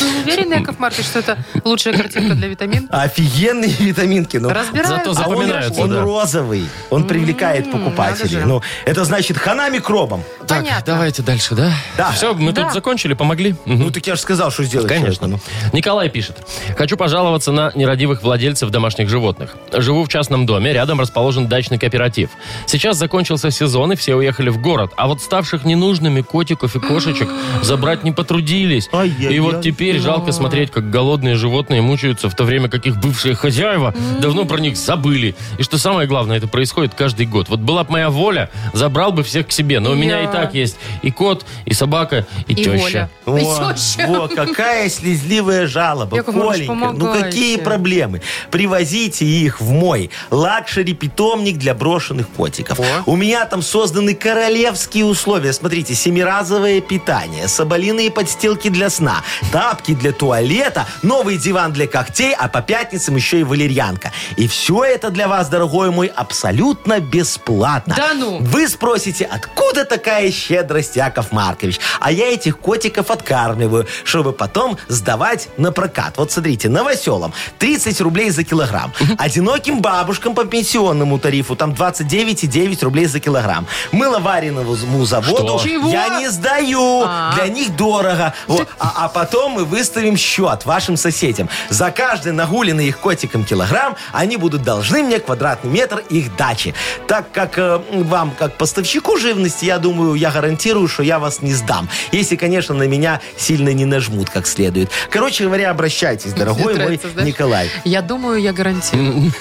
Вы уверены, Яков Маркович, что это лучшая картинка для витамин?
Офигенные витаминки. Ну,
Разбираются.
Зато
А он-
запоминаются,
он,
да.
розовый, он привлекает покупателей.
надо же.
Ну, это значит хана микробом.
Так,
Понятно.
давайте дальше, да?
Да.
Все, мы
Да.
тут закончили, помогли? Мгм.
Ну так я же сказал, что сделать.
Конечно. ну.
нужно.
Николай пишет. Хочу пожаловаться на нерадивых владельцев домашних животных. Живу в частном доме, рядом расположен дачный кооператив. Сейчас закончился сезон, и все уехали в город. А вот ставших ненужными котиков и кошечек забрать не потрудились.
Ай-яй-яй.
И вот теперь жалко смотреть, как голодные животные мучаются, в то время как их бывшие хозяева давно про них забыли. И что самое главное, это происходит каждый год. Вот была бы моя воля, забрал бы всех к себе. Но у меня и
Я.
так есть и кот, и собака, и,
И
теща.
Оля. И
Во,
теща.
во, какая слезливая жалоба,
Яков Маркович,
Коленька. Ну какие
помогайте.
проблемы? Привозите их в мой лакшери-питомник для брошенных котиков. У меня там созданы королевские условия. Смотрите, семиразовое питание, соболиные подстилки для сна, тапки для для туалета, новый диван для когтей, а по пятницам еще и валерьянка. И все это для вас, дорогой мой, абсолютно бесплатно.
Да ну?
Вы спросите, откуда такая щедрость, Яков Маркович? А я этих котиков откармливаю, чтобы потом сдавать на прокат. Вот смотрите, новоселам 30 рублей за килограмм. Одиноким бабушкам по пенсионному тарифу там 29,9 рублей за килограмм. Мыло вареному заводу
Что? Чего?
я не сдаю.
А.
Для них дорого. Вот. А, а потом мы выставим счет вашим соседям. За каждый нагуленный их котиком килограмм они будут должны мне квадратный метр их дачи. Так как э, вам, как поставщику живности, я думаю, я гарантирую, что я вас не сдам. Если, конечно, на меня сильно не нажмут как следует. Короче говоря, обращайтесь, дорогой мой
нравится, да?
Николай.
Я думаю, я гарантирую.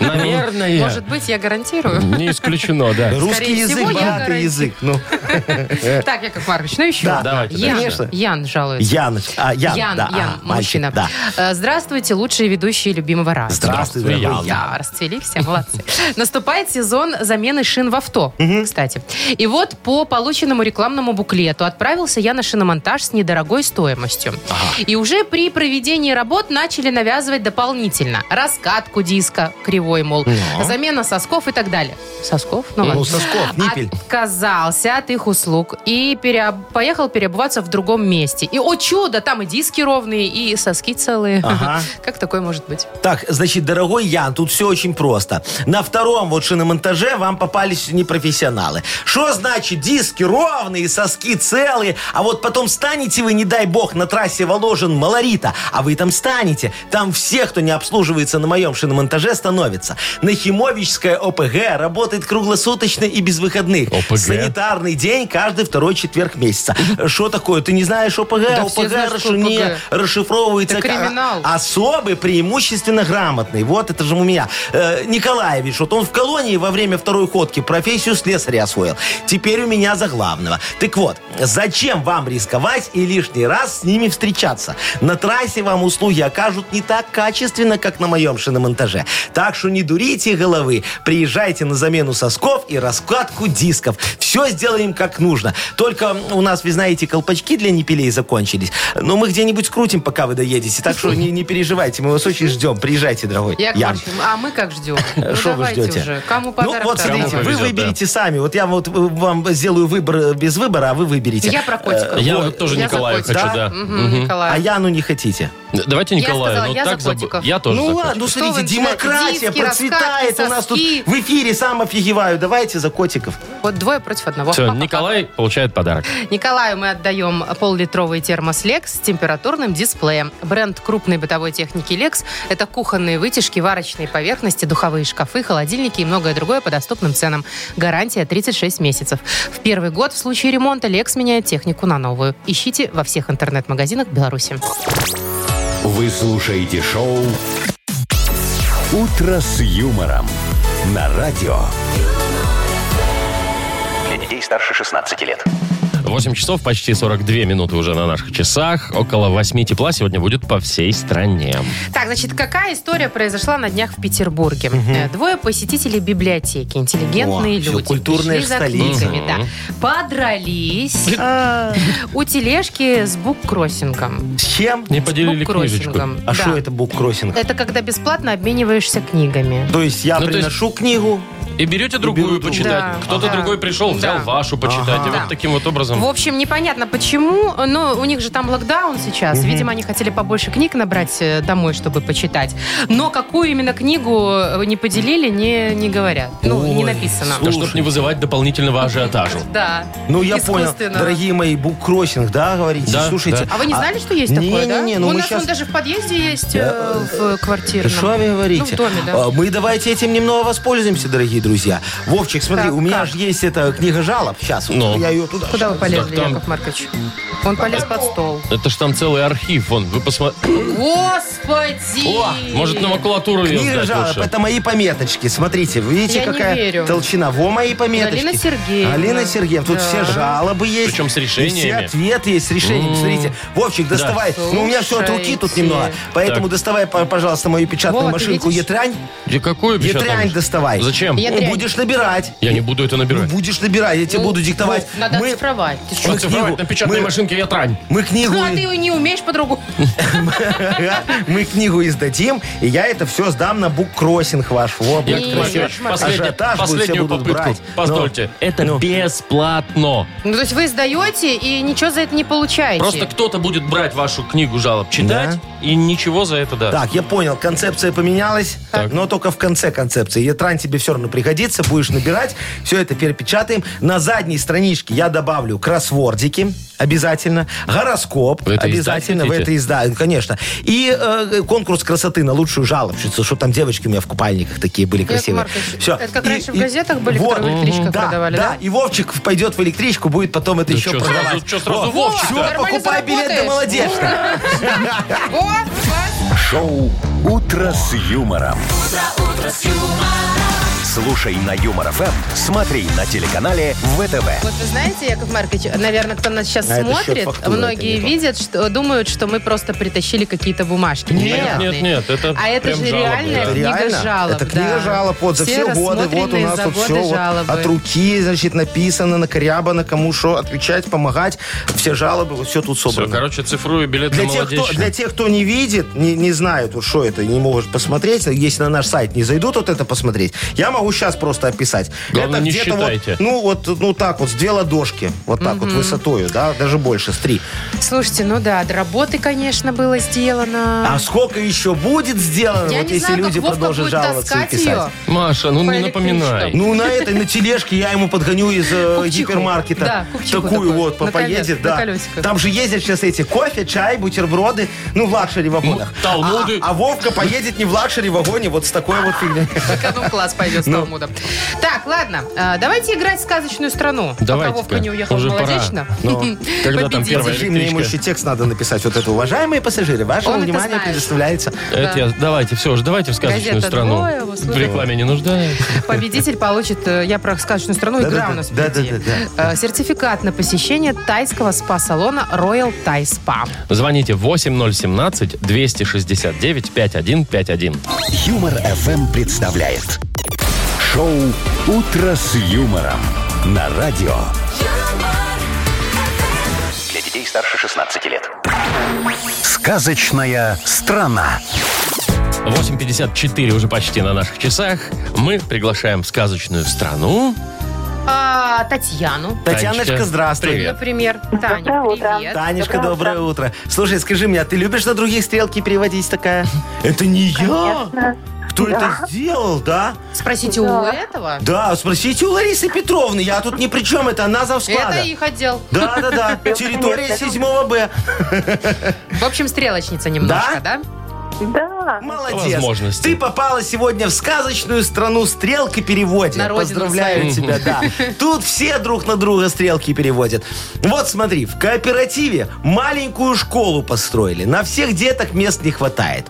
Наверное.
Может быть, я гарантирую.
Не исключено, да.
Русский язык,
всего, я
богатый
гарантирую.
язык. Ну,
Так, Яков Маркович, ну еще.
Да,
давайте
Ян,
дальше. Конечно.
Ян жалуется.
Ян, а, Ян,
Ян,
да,
Ян,
ага, мальчик,
мужчина.
да.
Э, Здравствуйте, лучшие ведущие любимого радио.
Здравствуй,
Здравствуй,
дорогой Ян.
Да, расцвели все, молодцы. Наступает сезон замены шин в авто, кстати. И вот по полученному рекламному буклету отправился я на шиномонтаж с недорогой стоимостью. И уже при проведении работ начали навязывать дополнительно раскатку диска, кривой, мол, замена сосков и так далее. Сосков? Ну ладно.
Ну, сосков, ниппель.
Отказался от их услуг и переоб- поехал переобуваться в другом месте. И, о чудо, там и диски ровные, и соски целые.
Ага.
Как такое может быть?
Так, значит, дорогой Ян, тут все очень просто. На втором вот шиномонтаже вам попались непрофессионалы. Что значит диски ровные, соски целые, а вот потом станете вы, не дай бог, на трассе Воложен Малорита, а вы там станете. Там все, кто не обслуживается на моем шиномонтаже, становятся. Нахимовичская ОПГ работает круглосуточно и без выходных.
ОПГ?
Санитарный день каждый второй четверг месяца. Что такое? Ты не знаешь ОПГ?
Да все
ОПГ
знают, что
расшиф- не,
ОПГ.
расшифровывается
Это
как
криминал.
особый, преимущественно грамотный. Вот это же у меня. Э, Николаевич, вот он в колонии во время второй ходки профессию слесаря освоил. Теперь у меня за главного. Так вот, зачем вам рисковать и лишний раз с ними встречаться? На трассе вам услуги окажут не так качественно, как на моем шиномонтаже. Так что не дурите головы. Приезжайте на замену сосков и раскладку дисков. Все сделаем как нужно. Только у нас, вы знаете, колпачки для непилей закончились. Но мы где-нибудь скрутим, пока вы доедете. Так что не, не переживайте, мы вас очень ждем. Приезжайте, дорогой.
Яков
Ян.
Маркович, а мы как ждем? Ну,
Что вы
давайте
ждете?
уже. Кому
ну,
подарок
вот
второму?
смотрите, вы
Кому повезет,
выберете сами. Вот я вот э, вам сделаю выбор э, без выбора, а вы выберете.
Я про котиков.
Э, Я вот тоже
Я
Николаю
за котиков.
хочу, да.
Мгм, Николай.
А Яну не хотите.
Давайте
Я
Николаю.
сказала,
ну,
я
так
за
заб-
котиков.
Я тоже
ну
за
ладно, ну
котиков.
смотрите,
вы начинаете?
демократия
Диски,
процветает.
раскатки,
У нас тут
соски.
в эфире сам офигеваю. Давайте за котиков.
Вот двое против одного.
Все,
Ха-ха-ха.
Николай получает подарок.
Николаю мы отдаем пол-литровый термос Lex с температурным дисплеем. Бренд крупной бытовой техники Lex – это кухонные вытяжки, варочные поверхности, духовые шкафы, холодильники и многое другое по доступным ценам. Гарантия 36 месяцев. В первый год в случае ремонта Lex меняет технику на новую. Ищите во всех интернет-магазинах Беларуси.
Вы слушаете шоу «Утро с юмором» на радио.
Для детей старше 16 лет.
8 часов, почти 42 минуты уже на наших часах. Около 8 тепла сегодня будет по всей стране.
Так, значит, какая история произошла на днях в Петербурге? Э, Двое посетителей библиотеки, интеллигентные
О, всё,
люди.
культурная
пришли за
столица.
книгами, да. Подрались э, у тележки с буккроссингом.
С чем?
Не
С
поделили книжечку.
буккроссингом,
А что
да.
это буккроссинг?
Это когда бесплатно обмениваешься книгами.
То есть я
Ну, то есть-
приношу книгу,
И берете другую
другую.
почитать.
Да.
Кто-то
Да.
другой пришел, взял
Да.
вашу почитать. И
Ага.
вот таким вот образом.
В общем, непонятно почему, но у них же там локдаун сейчас. Видимо, они хотели побольше книг набрать э, домой, чтобы почитать. Но какую именно книгу э, не поделили, не, не говорят. Ну, не
Ой,
написано.
Да, чтобы не вызывать дополнительного ажиотажа.
Да.
Ну, я понял.
Искусственно.
Дорогие мои, буккроссинг, да, говорите?
Да,
Слушайте.
да.
А вы не знали, что есть такое,
не,
да?
Не, не, ну
У
мы
нас
сейчас...
он даже в подъезде есть э, в
Да
квартире.
Что вы говорите?
Ну, в доме, да.
А, Мы давайте этим немного воспользуемся, дорогие друзья. Вовчик, смотри,
Так,
у меня
как?
же есть эта книга жалоб. Сейчас,
Ну.
я ее туда...
Куда вы полезли,
Так, там-
Яков Маркович? Он полез под стол.
Это ж там целый архив, вон, вы посмотрите.
Господи!
О, может, на макулатуру ее
Книга
сдать
жалоб,
лучше.
это мои пометочки. Смотрите, вы видите,
Я не
какая
верю.
толщина. Во мои пометочки.
Галина Сергеевна.
Алина Сергеевна. Тут
Да.
все жалобы есть.
Причем с
и
решениями.
все ответы есть с решением. Смотрите, Вовчик, доставай. Ну, у меня все от руки тут
Слушайте.
немного. Поэтому
Так.
доставай, п- пожалуйста, мою печатную
Вова, ты
машинку
видишь?
Етрянь.
И какую печатную
Етрянь
машинку?
доставай.
Зачем?
Я-
Я,
Етрянь.
Будешь набирать.
не буду это
Ну,
набирать.
будешь набирать, я тебе
Ну,
буду диктовать.
Вов, Надо
Мы-
оцифровать. Ты что?
Оцифровать
книгу.
на печатной
Мы-
машинке ветрань.
Мы книгу...
Ну, а ты его не умеешь по-другому.
Мы книгу издадим, и я это все сдам на буккроссинг ваш. Во, будет
Яков
красиво.
Маркович, последняя-
Ажиотаж будет, все
последнюю
будут
попытку.
брать.
Позвольте.
Ну,
это
ну.
бесплатно.
Ну, то есть вы сдаете и ничего за это не получаете.
Просто кто-то будет брать вашу книгу жалоб читать, и ничего за это даст.
Так, я понял, концепция поменялась,
Так.
но только в конце концепции. Ятрань тебе все равно пригодится, будешь набирать, все это перепечатаем. На задней страничке я добавлю кроссвордики, обязательно, гороскоп,
Вы это
обязательно,
издать
в
хотите?
это изда- конечно. И э, конкурс красоты на лучшую жалобщицу, что там девочки у меня в купальниках такие были
Яков
красивые.
Маркович,
Всё.
это как
И-
раньше в
и-
газетах были, которые в электричках
да,
продавали,
да,
да?
и Вовчик пойдет в электричку, будет потом это еще
чё
продавать.
сразу- чё сразу
Во,
Вовчик-то?
всё,
Нормально
покупай билет до
заработаешь.
молодежи.
О,
Шоу «Утро с юмором». Слушай на Юмор ФМ, смотри на телеканале ВТВ.
Вот вы знаете, Яков Маркович, наверное, кто нас сейчас
А это счет
смотрит,
фактуры,
многие
это не
видят, что, думают, что мы просто притащили какие то бумажки
Нет,
непонятные.
нет, нет, это
А это
прям
же
жалобы,
реальная
да.
книга
Реально?
жалоб.
Это книга
да.
жалоб вот, за все, годы. Вот у
рассмотренные
нас
за
вот
годы
все
жалобы.
от руки, значит, написано, накорябано, кому что отвечать, помогать. Все жалобы, вот все тут
Все,
собрано.
короче, цифрую билет
для
на
тех, кто,
молодечную.
для тех, кто не видит, не, не знает, вот, что это, не может посмотреть, если на наш сайт не зайдут, вот это посмотреть, я могу сейчас просто описать.
Главное,
это
не
где-то вот,
считайте.
ну, вот, ну, так вот, с две ладошки, вот так вот высотою, да, даже больше, с три.
Слушайте, ну да, от работы, конечно, было сделано.
А сколько еще будет сделано,
Я
А, вот
не
если
знаю, как
люди
Вовка
продолжат
будет
жаловаться и
таскать
писать.
ее.
Маша, ну
По
не напоминай.
электричкам.
Ну, на этой, на тележке я ему подгоню из э,
Купчиху.
гипермаркета.
Да, купчиху
такую
такую.
вот, по-
На колес-
поедет,
на
да.
колесиках.
Там же ездят сейчас эти кофе, чай, бутерброды, ну, в лакшери вагонах.
Ну, талмуды.
А, а Вовка поедет не в лакшери вагоне, вот с такой вот фигней.
класс пойдет с
Ну.
Талмудом. Так, ладно, э, давайте играть в сказочную страну.
Давайте-ка.
Пока Вовка не уехал
Уже
в
пора.
Молодечно.
Ну, когда там
Победитель.
первая?
Подожди, мне ему
электричка.
еще текст надо написать. Вот это, уважаемые пассажиры, ваше
Он это
внимание
знает.
предоставляется.
Это я- давайте, все же, давайте в сказочную
Газета
страну.
«Двое» его
в
служит.
рекламе не нуждается.
Победитель получит, э, я про сказочную страну,
Да-да-да,
игра у нас впереди.
да-да-да.
Э, Сертификат на посещение тайского спа-салона Royal Thai Spa.
Звоните 8017-269-5151.
Юмор ФМ представляет. Шоу «Утро с юмором» на радио.
Для детей старше 16 лет.
Сказочная страна.
8.54 уже почти на наших часах. Мы приглашаем в сказочную страну.
А, Татьяну,
Татьяночка, здравствуй.
Привет.
например. Таня,
Доброе утро.
привет.
Танечка,
Доброе
доброе утро. Слушай, скажи мне, а ты любишь на других стрелки переводить такая? Это не я. Кто это сделал, да?
Спросите у этого.
Да, спросите у Ларисы Петровны. Я тут ни при чем, это она за
Это
склада.
их отдел.
Да, да, да. Территория 7 Б.
В общем, стрелочница немножко, да?
Да.
Молодец.
Возможности.
Ты попала сегодня в сказочную страну стрелки переводят.
На родину
Поздравляю
свою.
тебя, да. Тут все друг на друга стрелки переводят. Вот смотри, в кооперативе маленькую школу построили. На всех деток мест не хватает.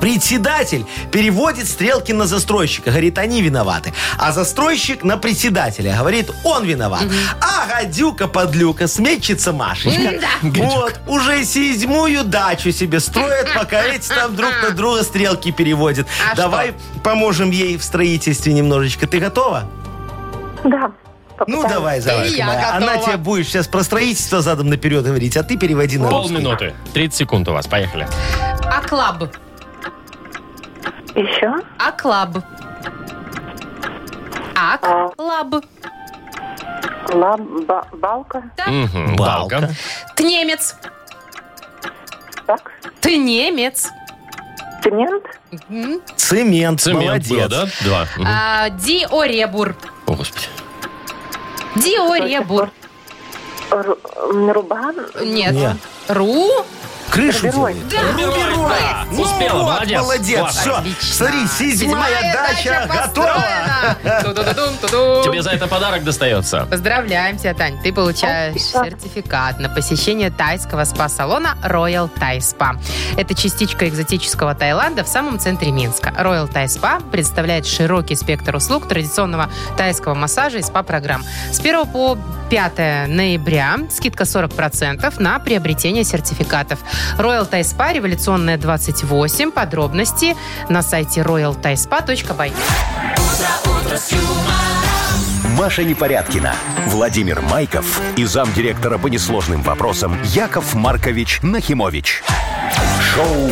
Председатель переводит стрелки на застройщика. Говорит, они виноваты. А застройщик на председателя. Говорит, он виноват. А гадюка-подлюка, сметчица Машечка. Вот, уже седьмую дачу себе строят, пока эти там друг на друга стрелки переводят.
А
Давай поможем ей в строительстве немножечко. Ты готова?
Да.
Ну, давай, зайка
я
моя.
готова.
Она тебе будешь сейчас про строительство задом наперед говорить, а ты переводи на русский.
Полминуты. 30 секунд у вас. Поехали.
А клаб?
Еще.
А клаб? А клаб?
балка.
Мгм,
Балка.
Балка.
Ты немец?
Так.
Ты немец?
Цемент.
М?
Цемент,
Цемент
молодец.
было, да? Два. Мгм.
А, Диоребур.
О, Господи.
Диоребур.
Рубан.
Нет.
Не.
Ру?
Крышу
Герой.
Да.
делает.
Да,
Ну
Успела,
вот,
молодец.
молодец.
Класс.
Все,
Отлично.
смотри, седьмая дача готова.
построена. Ту-ду-ду-дум, ту-дум.
Тебе за это подарок достается.
Поздравляем тебя, Тань. Ты получаешь
Спасибо.
сертификат на посещение тайского спа-салона Royal Thai Spa. Это частичка экзотического Таиланда в самом центре Минска. Royal Thai Spa представляет широкий спектр услуг традиционного тайского массажа и спа-программ. С 1 по 5 ноября скидка 40% на приобретение сертификатов. Royal Thai Spa, революционная 28. Подробности на сайте royalthaispa.by.
Маша Непорядкина, Владимир Майков и замдиректора по несложным вопросам Яков Маркович Нахимович. Шоу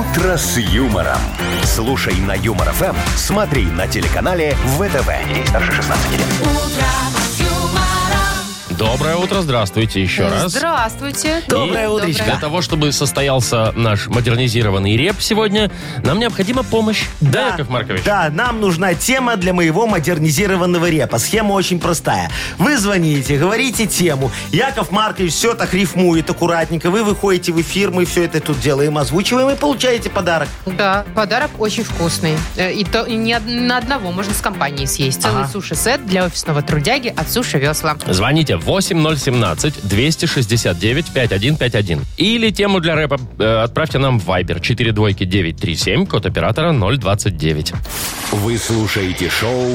«Утро с юмором». Слушай на Юмор ФМ, смотри на телеканале ВТВ. Ей старше 16 лет.
Доброе утро, здравствуйте еще раз.
Здравствуйте.
Доброе
И
утречко.
Для того, чтобы состоялся наш модернизированный реп сегодня, нам необходима помощь. Да, Яков Маркович?
Да, нам нужна тема для моего модернизированного репа. Схема очень простая. Вы звоните, говорите тему. Яков Маркович все так рифмует аккуратненько. Вы выходите в эфир, мы все это тут делаем, озвучиваем и получаете подарок.
Да, подарок очень вкусный. Э, И, то, и не од- на одного можно с компанией съесть. Целый суши-сет для офисного трудяги от суши весла.
Э,
Звоните 8017-269-5151. Или тему для рэпа э, отправьте нам в Viber 42937, код оператора 029.
Вы слушаете шоу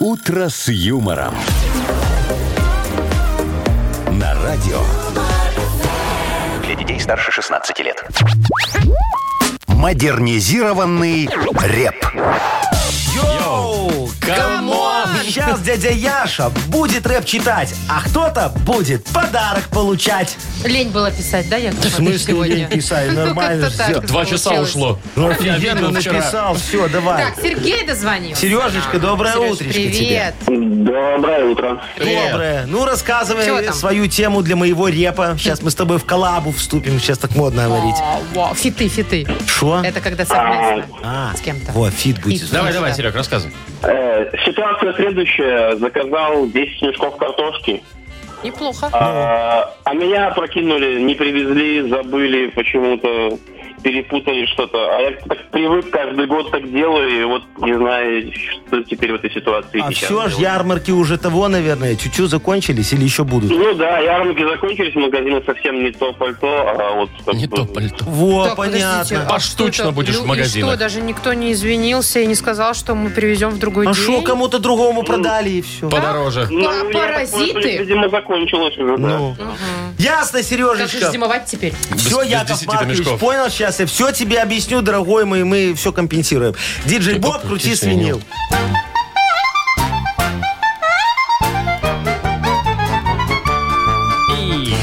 «Утро с юмором». На радио
Для детей старше 16 лет.
«Модернизированный реп».
Йоу!
камон!
Сейчас дядя Яша будет рэп читать, а кто-то будет подарок получать.
Лень было писать, да, я Ну,
В смысле, лень писать? Нормально всё.
Два часа
получилось.
ушло.
Ну,
Я
офигенно
видел вчера.
написал, все, давай.
Так, Сергей дозвонился.
Сережечка, доброе утречко тебе.
Привет.
Доброе утро.
Привет.
Доброе. Ну,
Чего
рассказывай
там?
свою тему для моего репа. Сейчас мы с тобой в коллабу вступим. Сейчас так модно говорить.
О, вау, Фиты, фиты.
Шо?
Это когда совместно
А,
с кем-то.
Во, фит будет.
Давай,
Да.
давай, Серег, рассказывай.
Э, ситуация следующая. Заказал 10 мешков картошки.
Неплохо.
Ну,
А, а меня прокинули, не привезли, забыли почему-то, перепутали что-то. А я так привык, каждый год так делаю, и вот не знаю, что теперь в этой ситуации.
А
сейчас
все ж,
делать.
ярмарки уже того, наверное, чуть-чуть закончились или еще будут?
Ну да, ярмарки закончились, магазины совсем не то пальто, а вот... как
Не
бы,
то пальто.
Во,
Так, подождите,
понятно.
а
Поштучно
что это?
будешь в
Ну и
магазинах.
что, даже никто не извинился и не сказал, что мы привезем в другой
А
день? Ну,
шо, кому-то другому продали и все.
Подороже.
Ну, я так
Паразиты?
понимаю, что, видимо, закончилось уже, да.
Ну. Ясно,
Как же
Сережечка.
зимовать теперь?
Все,
без
Яков
10
Маркович,
мешков.
понял сейчас. Я все тебе объясню, дорогой мой, мы все компенсируем. Диджей Боб, крути свинил.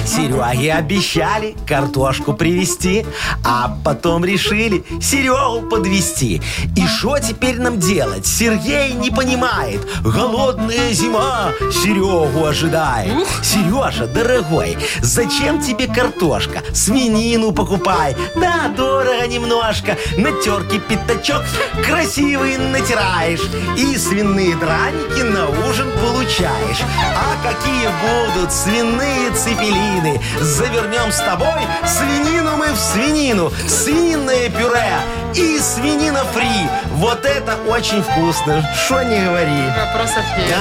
Сереге обещали картошку привезти, а потом решили Серегу подвести. И что теперь нам делать? Сергей не понимает. Голодная зима Серегу ожидает. Сережа, дорогой, зачем тебе картошка? Свинину покупай. Да, дорого немножко. На терке пятачок красивый натираешь. И свиные драники на ужин получаешь. А какие будут свиные цепелины? Завернем с тобой свинину мы в свинину. Свиное пюре и свинина фри. Вот это очень вкусно. Что не говори.
Вопросов нет.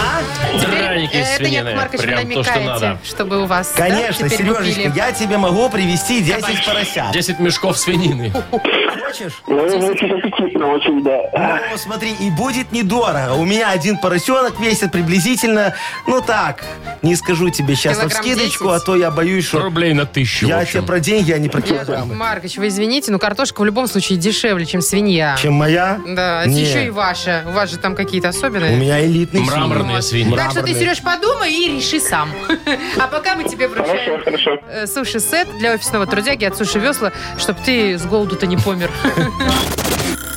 А?
Теперь,
Драники
э, это
свиные,
Яков Маркович, вы
прям то, что
намекаете,
надо.
чтобы у вас да,
Конечно,
теперь
Сережечка,
купили?
я тебе могу привести 10 поросят.
10 мешков свинины.
Хочешь?
Ну, очень аппетитно, очень, да.
Ну, смотри, и будет недорого. У меня один поросенок весит приблизительно, ну так, не скажу тебе сейчас на
Килограмм
скидочку,
10?
а то я боюсь, что
Рублей на тысячу, в
я
общем.
тебе про деньги, а не про
Яков
килограммы.
Маркович, вы извините, но картошка в любом случае дешевле, чем свинья.
Чем моя?
Да, а
Не.
еще и ваша. У вас же там какие-то особенные.
У меня элитный
Мраморные
фильм.
свиньи.
Так что ты,
Мраморные.
Сереж, подумай и реши сам. А пока мы тебе вручаем э, суши-сет для офисного трудяги от суши-весла, чтобы ты с голоду-то не помер.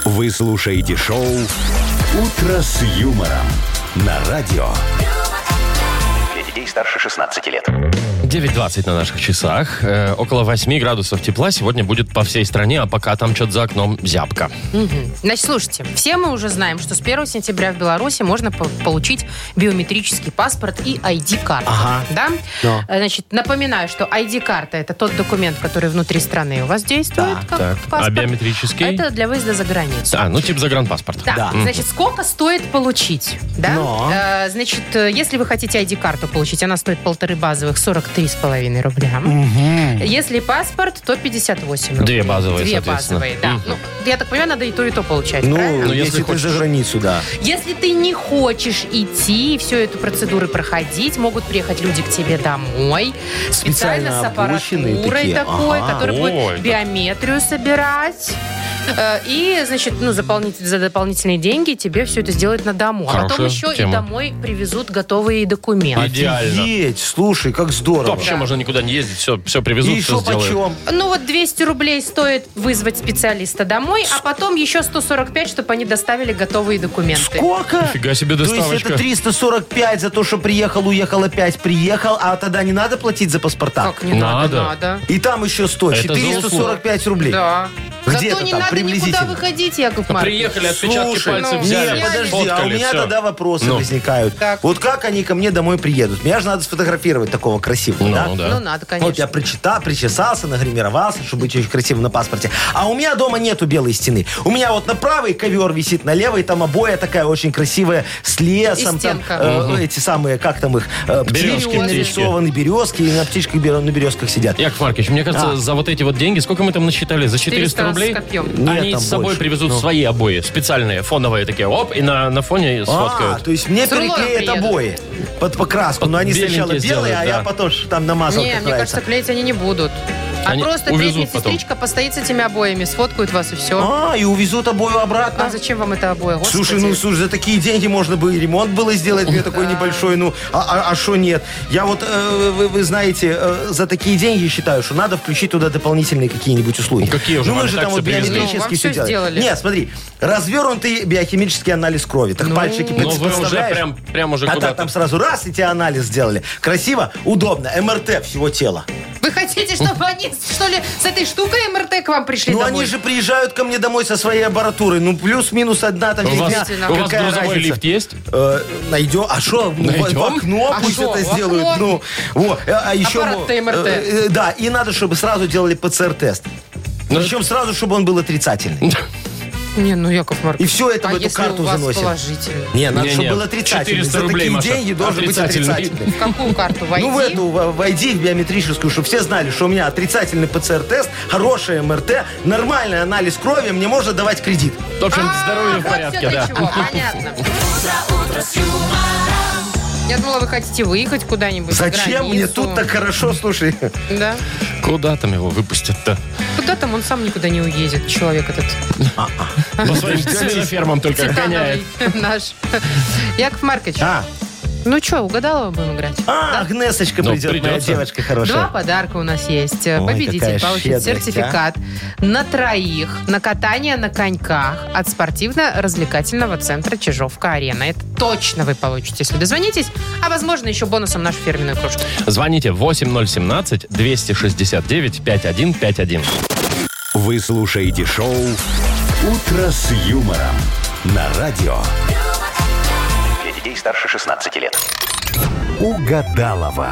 Вы слушаете шоу «Утро с юмором» на радио.
Для детей старше 16 лет.
9.20 на наших часах. Э, около 8 градусов тепла сегодня будет по всей стране, а пока там что-то за окном зябко.
Значит, слушайте, все мы уже знаем, что с 1 сентября в Беларуси можно по- получить биометрический паспорт и ID-карту.
Ага.
Да?
Да.
Э, Значит, напоминаю, что ID-карта это тот документ, который внутри страны у вас действует, как
так.
паспорт.
А биометрический?
Это для выезда за границу.
А, ну типа загранпаспорт.
Да.
Да.
Значит, сколько стоит получить? Да?
Но.
Э, значит, э, если вы хотите ID-карту получить, она стоит полторы базовых 43,5 рубля. Если паспорт, то 58 рублей.
Две базовые,
Две
соответственно.
базовые, да.
Мгм.
Ну, я так понимаю, надо и то, и то получать, правильно?
Ну,
Ну,
если
если ты
хочешь.
за границу, да.
Если ты не хочешь идти и всю эту процедуру проходить, могут приехать люди к тебе домой. Специально,
Специально
с аппаратурой
обученные такие.
такой,
Ага.
который
Ой,
будет
да.
биометрию собирать. Э, И, значит, ну, заполнить- за дополнительные деньги тебе все это сделать на дому. а потом
Хорошая
еще
тема.
и домой привезут готовые документы.
Идеально.
Офигеть, слушай, как здорово.
Вообще можно никуда не ездить, все, все
И
привезут,
еще
все сделают.
почем?
Ну вот 200 рублей стоит вызвать специалиста домой, а потом еще 145, чтобы они доставили готовые документы.
Сколько?
Фига себе
То есть
доставочка.
это 345 за то, что приехал, уехал, опять приехал, а тогда не надо платить за паспорта?
Как не надо,
Надо.
надо.
И там еще 100,
Это за
445 рублей.
Да.
Где это
Зато не
там,
надо никуда
приблизительно?
выходить, Яков
Ну,
Маркович.
Приехали, отпечатки
Слушай,
пальцев
ну,
взяли.
Не, подожди, а у
сфоткали,
меня
всё.
тогда вопросы
Ну.
возникают.
Так.
Вот как они ко мне домой приедут? Меня же надо сфотографировать такого красивого,
Ну,
да?
да.
Ну надо,
Вот я
конечно.
причитал, причесался, нагримировался, чтобы быть очень красивым на паспорте. А у меня дома нету белой стены. У меня вот на правой ковер висит, на левой там обоя такая очень красивая с лесом.
И
там,
стенка.
э, Эти самые, как там их, э,
Березки,
птички
птички.
нарисованы, березки, и на птичках, бер- на березках сидят.
Яков Маркович, мне кажется,
А.
за вот эти вот деньги, сколько мы там насчитали? За 400,
400
рублей?
с копьем.
Нет,
Они
там
с собой
больше.
привезут
Ну.
свои обои, специальные, фоновые такие, оп, и на, на фоне
А,
сфоткают.
то есть мне
С рулоном
переклеят
приедут.
обои под покраску.
Под
Но они
беленькие
сначала белые,
сделают,
а
да.
я потом ж там намазал,
не,
как
мне
нравится.
кажется, клеить они не будут. А
Они
просто
увезут
бедная
потом.
сестричка постоит с этими обоями, сфоткают вас и все.
А, и увезут обои обратно.
А зачем вам это обои? Господи.
Слушай, ну слушай, за такие деньги можно бы и ремонт было сделать, мне такой небольшой, ну, а что нет? Я вот, э, вы, вы знаете, э, за такие деньги считаю, что надо включить туда дополнительные какие-нибудь услуги.
Ну, какие уже,
Ну, мы
Валя,
же
так
там
всё
вот
привезли.
биометрический
Ну, вам
всё
всё сделали.
Нет, смотри, развернутый биохимический анализ крови. Так пальчики
Ну, вы уже
подставляешь.
прям, прям уже
А
куда-то.
так там сразу раз, и тебе анализ сделали. Красиво, удобно. МРТ всего тела.
Вы хотите, чтобы они, что ли, с этой штукой МРТ к вам пришли
Ну,
домой?
они же приезжают ко мне домой со своей аппаратурой. Ну, плюс-минус одна там
у вас,
фигня.
Действительно.
у вас
Какая
грузовой
разница?
лифт есть?
найдем. А что,
Найдем?
в окно
А
пусть
шо, в
это
окно?
сделают. Ну, во, э, а еще,
Аппарат
э,
ТМРТ.
э, да, и надо, чтобы сразу делали ПЦР-тест.
Ну,
Причем сразу, чтобы он был отрицательный.
Не, ну, Яков Маркович.
И все это в эту карту заносим.
положительный?
Не, надо,
Не-не,
чтобы был отрицательный.
400
За
рублей,
такие
Маша.
деньги должен быть
Отрицательный.
отрицательный.
В какую карту войти?
Ну, в эту в- войди в биометрическую, чтобы все знали, что у меня отрицательный ПЦР-тест, хорошая МРТ, эм нормальный анализ крови, мне можно давать кредит.
В общем, здоровье в
А, вот
порядке,
всё для
да.
чего, понятно. Я думала, вы хотите выехать куда-нибудь. за
Зачем мне
границу.
тут так хорошо, слушай?
Да.
Куда там его выпустят-то?
Куда там он сам никуда не уедет, человек этот.
По своим свинофермам только гоняет.
Титановый наш. Яков Маркович,
А,
ну что, угадала будем играть?
а Агнесочка
Ну,
придет, моя
придется.
девочка хорошая.
Два подарка у нас есть. Победитель
какая
получит
щедрость, а?
сертификат на троих на катание на коньках от спортивно-развлекательного центра Чижовка-Арена. Это точно вы получите, если дозвонитесь. А, возможно, еще бонусом нашу фирменную кружку.
Звоните 8017-269-5151.
Вы слушаете шоу «Утро с юмором» на радио
Для детей старше 16 лет.
«Угадалова».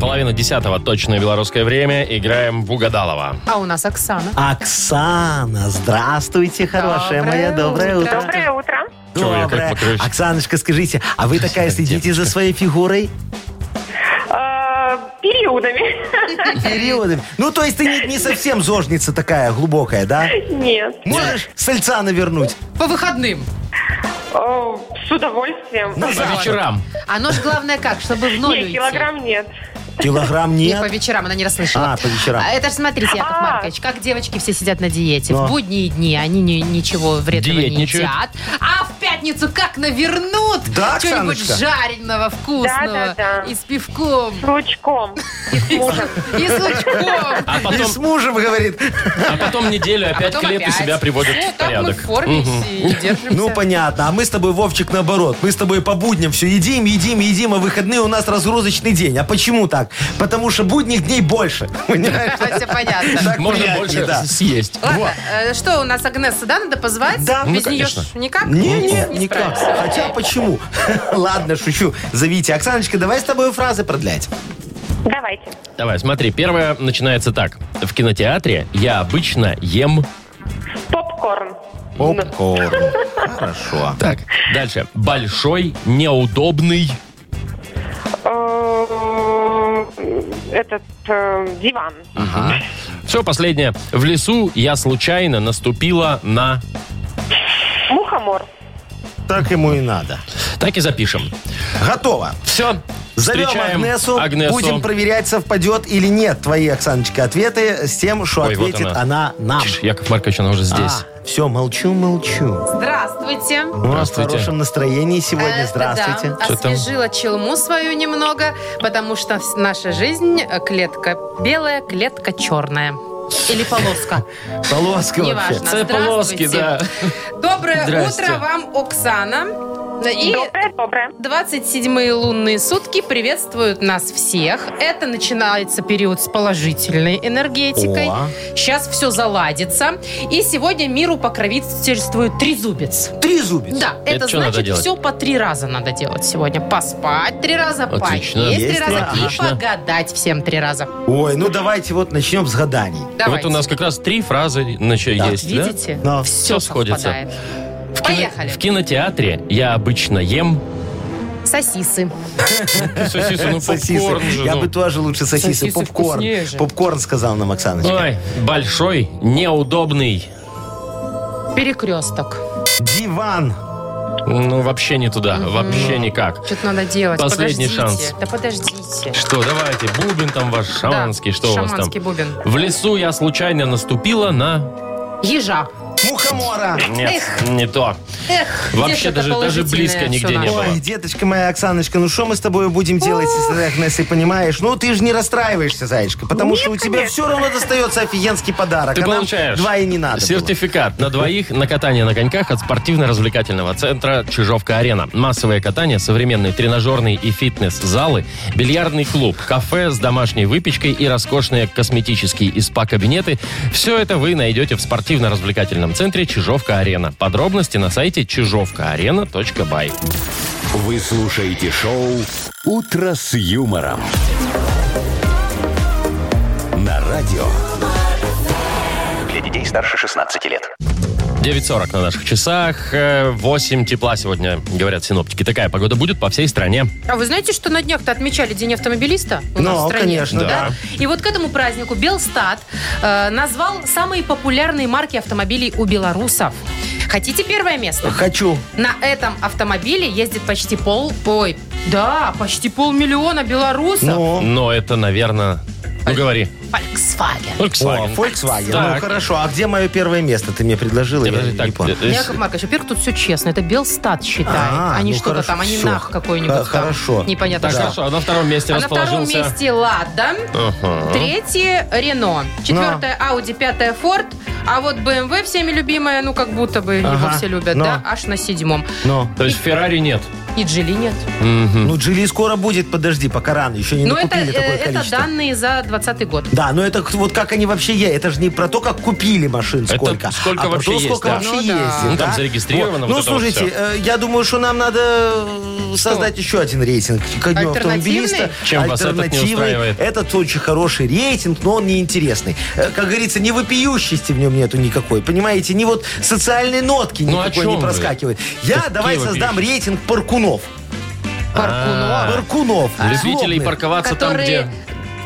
Половина десятого точное белорусское время. Играем в Угадалова.
А у нас Оксана.
Оксана, здравствуйте, хорошая
Доброе
моя, доброе
утро.
утро.
Доброе утро.
Чего я как
Доброе.
покрываюсь?
Оксаночка, скажите, а вы такая следите за своей фигурой?
А, периодами.
Периодами. Ну, то есть ты не, не совсем зожница такая глубокая, да?
Нет.
Можешь сальца навернуть?
По выходным.
О, А, С удовольствием.
На
По
завтрак.
вечерам.
Оно же А главное как, чтобы в ноль
Нет,
уйти.
килограмм нет.
Килограмм
Не по
нет?
вечерам, она не расслышала.
А, по вечерам.
А Это ж смотрите, Яков
А.
Маркович, как девочки все сидят на диете.
Ну.
В будние дни они ни- ничего вредного не
Диетничают.
едят. А в пятницу как навернут
Да,
чего-нибудь
Оксаночка?
жареного, вкусного.
Да-да-да.
И с пивком,
С лучком. И с мужем.
и с лучком.
А
И
потом,
с мужем, говорит.
а потом неделю
А
опять
потом
клепы
опять.
себя приводят
Ну,
в
так мы
порядок.
в форме и держимся.
Ну, понятно. А мы с тобой, Вовчик, наоборот. Мы с тобой по будням все едим, едим, едим, а выходные у нас разгрузочный день. А почему так? Потому что будних дней больше. Понимаешь?
Все понятно.
Так
Можно
приятнее,
больше
да.
съесть.
Ладно, э, что у нас, Агнесса, да, надо позвать?
Да.
Без
Ну,
нее
конечно.
ж никак? Ну,
Не, не,
справимся.
никак. Хотя почему? Ладно, шучу. Зовите. Оксаночка, давай с тобой фразы продлять.
Давайте.
Давай, смотри, первое начинается так. В кинотеатре я обычно ем...
Попкорн.
Попкорн. Хорошо.
Так, дальше. Большой, неудобный...
Э, Этот э, диван.
А.
Все, последнее. В лесу я случайно наступила на...
Мухомор.
Так ему и надо.
Так и запишем.
Готово.
Все.
Зовем
Встречаем
Агнесу,
Агнесу.
будем проверять, совпадет или нет твои, Оксаночка, ответы с тем, что
Ой, вот
ответит
она.
она. нам.
Тише, Яков Маркович, она
А.
уже здесь.
все, А. молчу, молчу.
Здравствуйте.
Мы в
Здравствуйте.
хорошем настроении сегодня.
Э,
Здравствуйте.
да,
Что там?
освежила челму свою немного, потому что с- наша жизнь э, клетка белая, клетка черная. Или полоска.
Полоска вообще.
Неважно.
Це полоски, да.
Доброе
Здрасте.
утро вам, Оксана. И
Ну, э,
Доброе, доброе.
27-е лунные сутки приветствуют нас всех. Это начинается период с положительной энергетикой.
О.
Сейчас все заладится. И сегодня миру покровительствует трезубец.
Трезубец.
Да,
Это
это,
что надо
значит,
делать?
все по три раза надо делать сегодня. Поспать три раза,
Отлично.
поесть три
Есть
раза
три
и
раза.
погадать всем три раза.
Ой, ну давайте вот начнем с гаданий.
Давайте.
Вот у нас как раз три фразы на чё есть, да?
Видите?
Да.
Всё
Все,
сходится.
совпадает.
В кино-
Поехали.
В кинотеатре я обычно ем...
Сосисы.
Сосисы, ну
Сосисы.
попкорн же,
Э, Я
ну.
бы тоже лучше сосисы.
Сосисы
Попкорн.
вкуснее же.
Попкорн сказал нам Оксаночка.
Ой, большой, неудобный.
Перекресток.
Диван.
Ну, вообще не туда, вообще никак.
Что-то надо делать.
Последний
Подождите.
шанс.
Да подождите.
Что, давайте, бубен там ваш, шаманский,
Да,
что у вас там?
шаманский бубен.
В лесу я случайно наступила на...
Ежа.
Мухомора.
Нет, не то.
Эх,
Вообще даже- даже близко нигде не было.
Ой, деточка моя Оксаночка, ну что мы с тобой будем делать, если ты, Агнесой, понимаешь? Ну, ты же не расстраиваешься, зайчка, потому что у тебя все равно достается офигенский подарок.
Ты
а нам
получаешь
два и не надо было.
сертификат на двоих на катание на коньках от спортивно-развлекательного центра «Чижовка-арена». Массовое катание, современный тренажерный и фитнес-залы, бильярдный клуб, кафе с домашней выпечкой и роскошные косметические и спа-кабинеты. Все это вы найдете в спортивно-развлекательном центре «Чижовка-арена». Подробности на сайте чижовкаарена.бай.
Вы слушаете шоу «Утро с юмором». На радио.
Для детей старше 16 лет.
9.40 на наших часах, э, 8 тепла сегодня, говорят синоптики. Такая погода будет по всей стране.
А вы знаете, что на днях-то отмечали День автомобилиста у нас
Ну,
в стране?
конечно, да.
И вот к этому празднику Белстат э, назвал самые популярные марки автомобилей у белорусов. Хотите первое место?
Хочу.
На этом автомобиле ездит почти пол... Ой, да, почти полмиллиона белорусов.
Ну,
Но это, наверное...
А
Ну, говори.
Volkswagen.
о,
Volkswagen.
Volkswagen.
Так.
Ну, хорошо. А где мое первое место? Ты мне предложила,
Не,
я,
подожди,
не
так,
понял.
э, э,
Ну, Яков Маркович, во-первых, тут все честно. Это Белстат считает.
А,
Они
ну
что-то
хорошо,
там, они
всё.
нах какой-нибудь
Э,
там.
хорошо.
Непонятно
Так,
что.
хорошо, а на втором месте
А на втором
расположился...
месте Лада.
А?
Ага.
Третье Рено. Четвертое Ауди, пятое Форд. А вот BMW всеми любимая, ну как будто бы его
Ага.
все любят,
Но.
да, аж на седьмом.
э,
Но.
То есть Феррари нет.
И Джили нет.
Ну, Джили скоро будет, подожди, пока рано. Еще не
Но это,
накупили
э,
такое
это
количество.
данные за 20 год.
Да, но это к- вот как они вообще е- Это же не про то, как купили машин
Это
сколько.
сколько
а про
вообще
то,
есть,
сколько
да.
вообще
Ну да.
ездит,
Ну, там
да.
зарегистрировано вот
Вот. Ну,
это вот
слушайте, э, я думаю, что нам надо э, создать еще один рейтинг ко дню
Альтернативный?
автомобилиста.
Чем вас этот не
Альтернативный.
устраивает?
Этот очень хороший рейтинг, но он неинтересный. Э, Как говорится, не вопиющести в нем нету никакой. Понимаете, ни вот социальной нотки
Ну, о
никакой
чем
не
вы?
проскакивает. Я
Какие
давай создам
вопиющие?
рейтинг паркунов.
А,
Паркунов.
Любителей
злобных.
парковаться там,
Которые
где...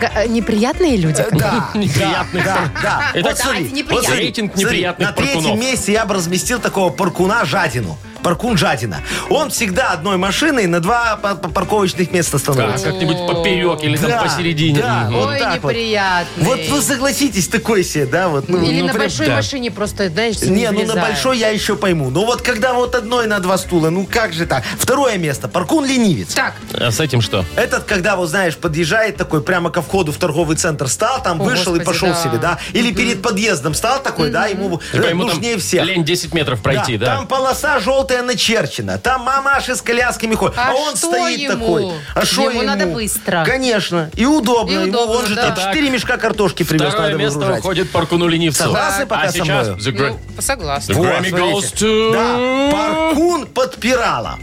г- э, неприятные люди.
Э, Да,
Неприятных
да, да.
Итак,
Вот
давайте
смотри,
неприятных.
вот смотри,
Рейтинг
смотри,
неприятных
На третьем
паркунов.
месте я бы разместил такого паркуна Жадину. Паркун Жадина. Он всегда одной машиной на два па- па- парковочных места
А,
становится.
как-нибудь поперек или
Да,
там посередине.
да,
Мгм.
вот
Ой,
ну, так вот.
неприятные.
Вот вы согласитесь, такой себе, да? Вот, ну,
Или
ну,
на
прям-
большой
да.
машине просто, знаешь,
Не, ну на
влезают.
большой я еще пойму. Но вот когда вот одной на два стула, ну как же так? Второе место. Паркун ленивец.
Так,
А с этим что?
Этот, когда, вот знаешь, подъезжает такой прямо ко входу в торговый центр, стал там,
О,
вышел
господи,
и пошел
да.
себе, да? Или перед подъездом стал такой, да, ему
Только
э,
Типа ему там
нужнее всех.
лень 10 метров пройти, да?
Там полоса желтая начерчена, там мамаши с колясками ходят.
А
А, он
что
стоит
ему?
такой. А что
Ему надо быстро.
Конечно. И удобно.
И
ему.
удобно,
он же
да.
там четыре мешка картошки привез,
Второе
надо
место
выгружать.
уходит паркуну ленивцу.
Согласны пока
а
со
сейчас
мною?
The Gra-
ну, согласна.
The
Вот,
Grammy
смотрите.
goes to-
Да, Паркун подпирала.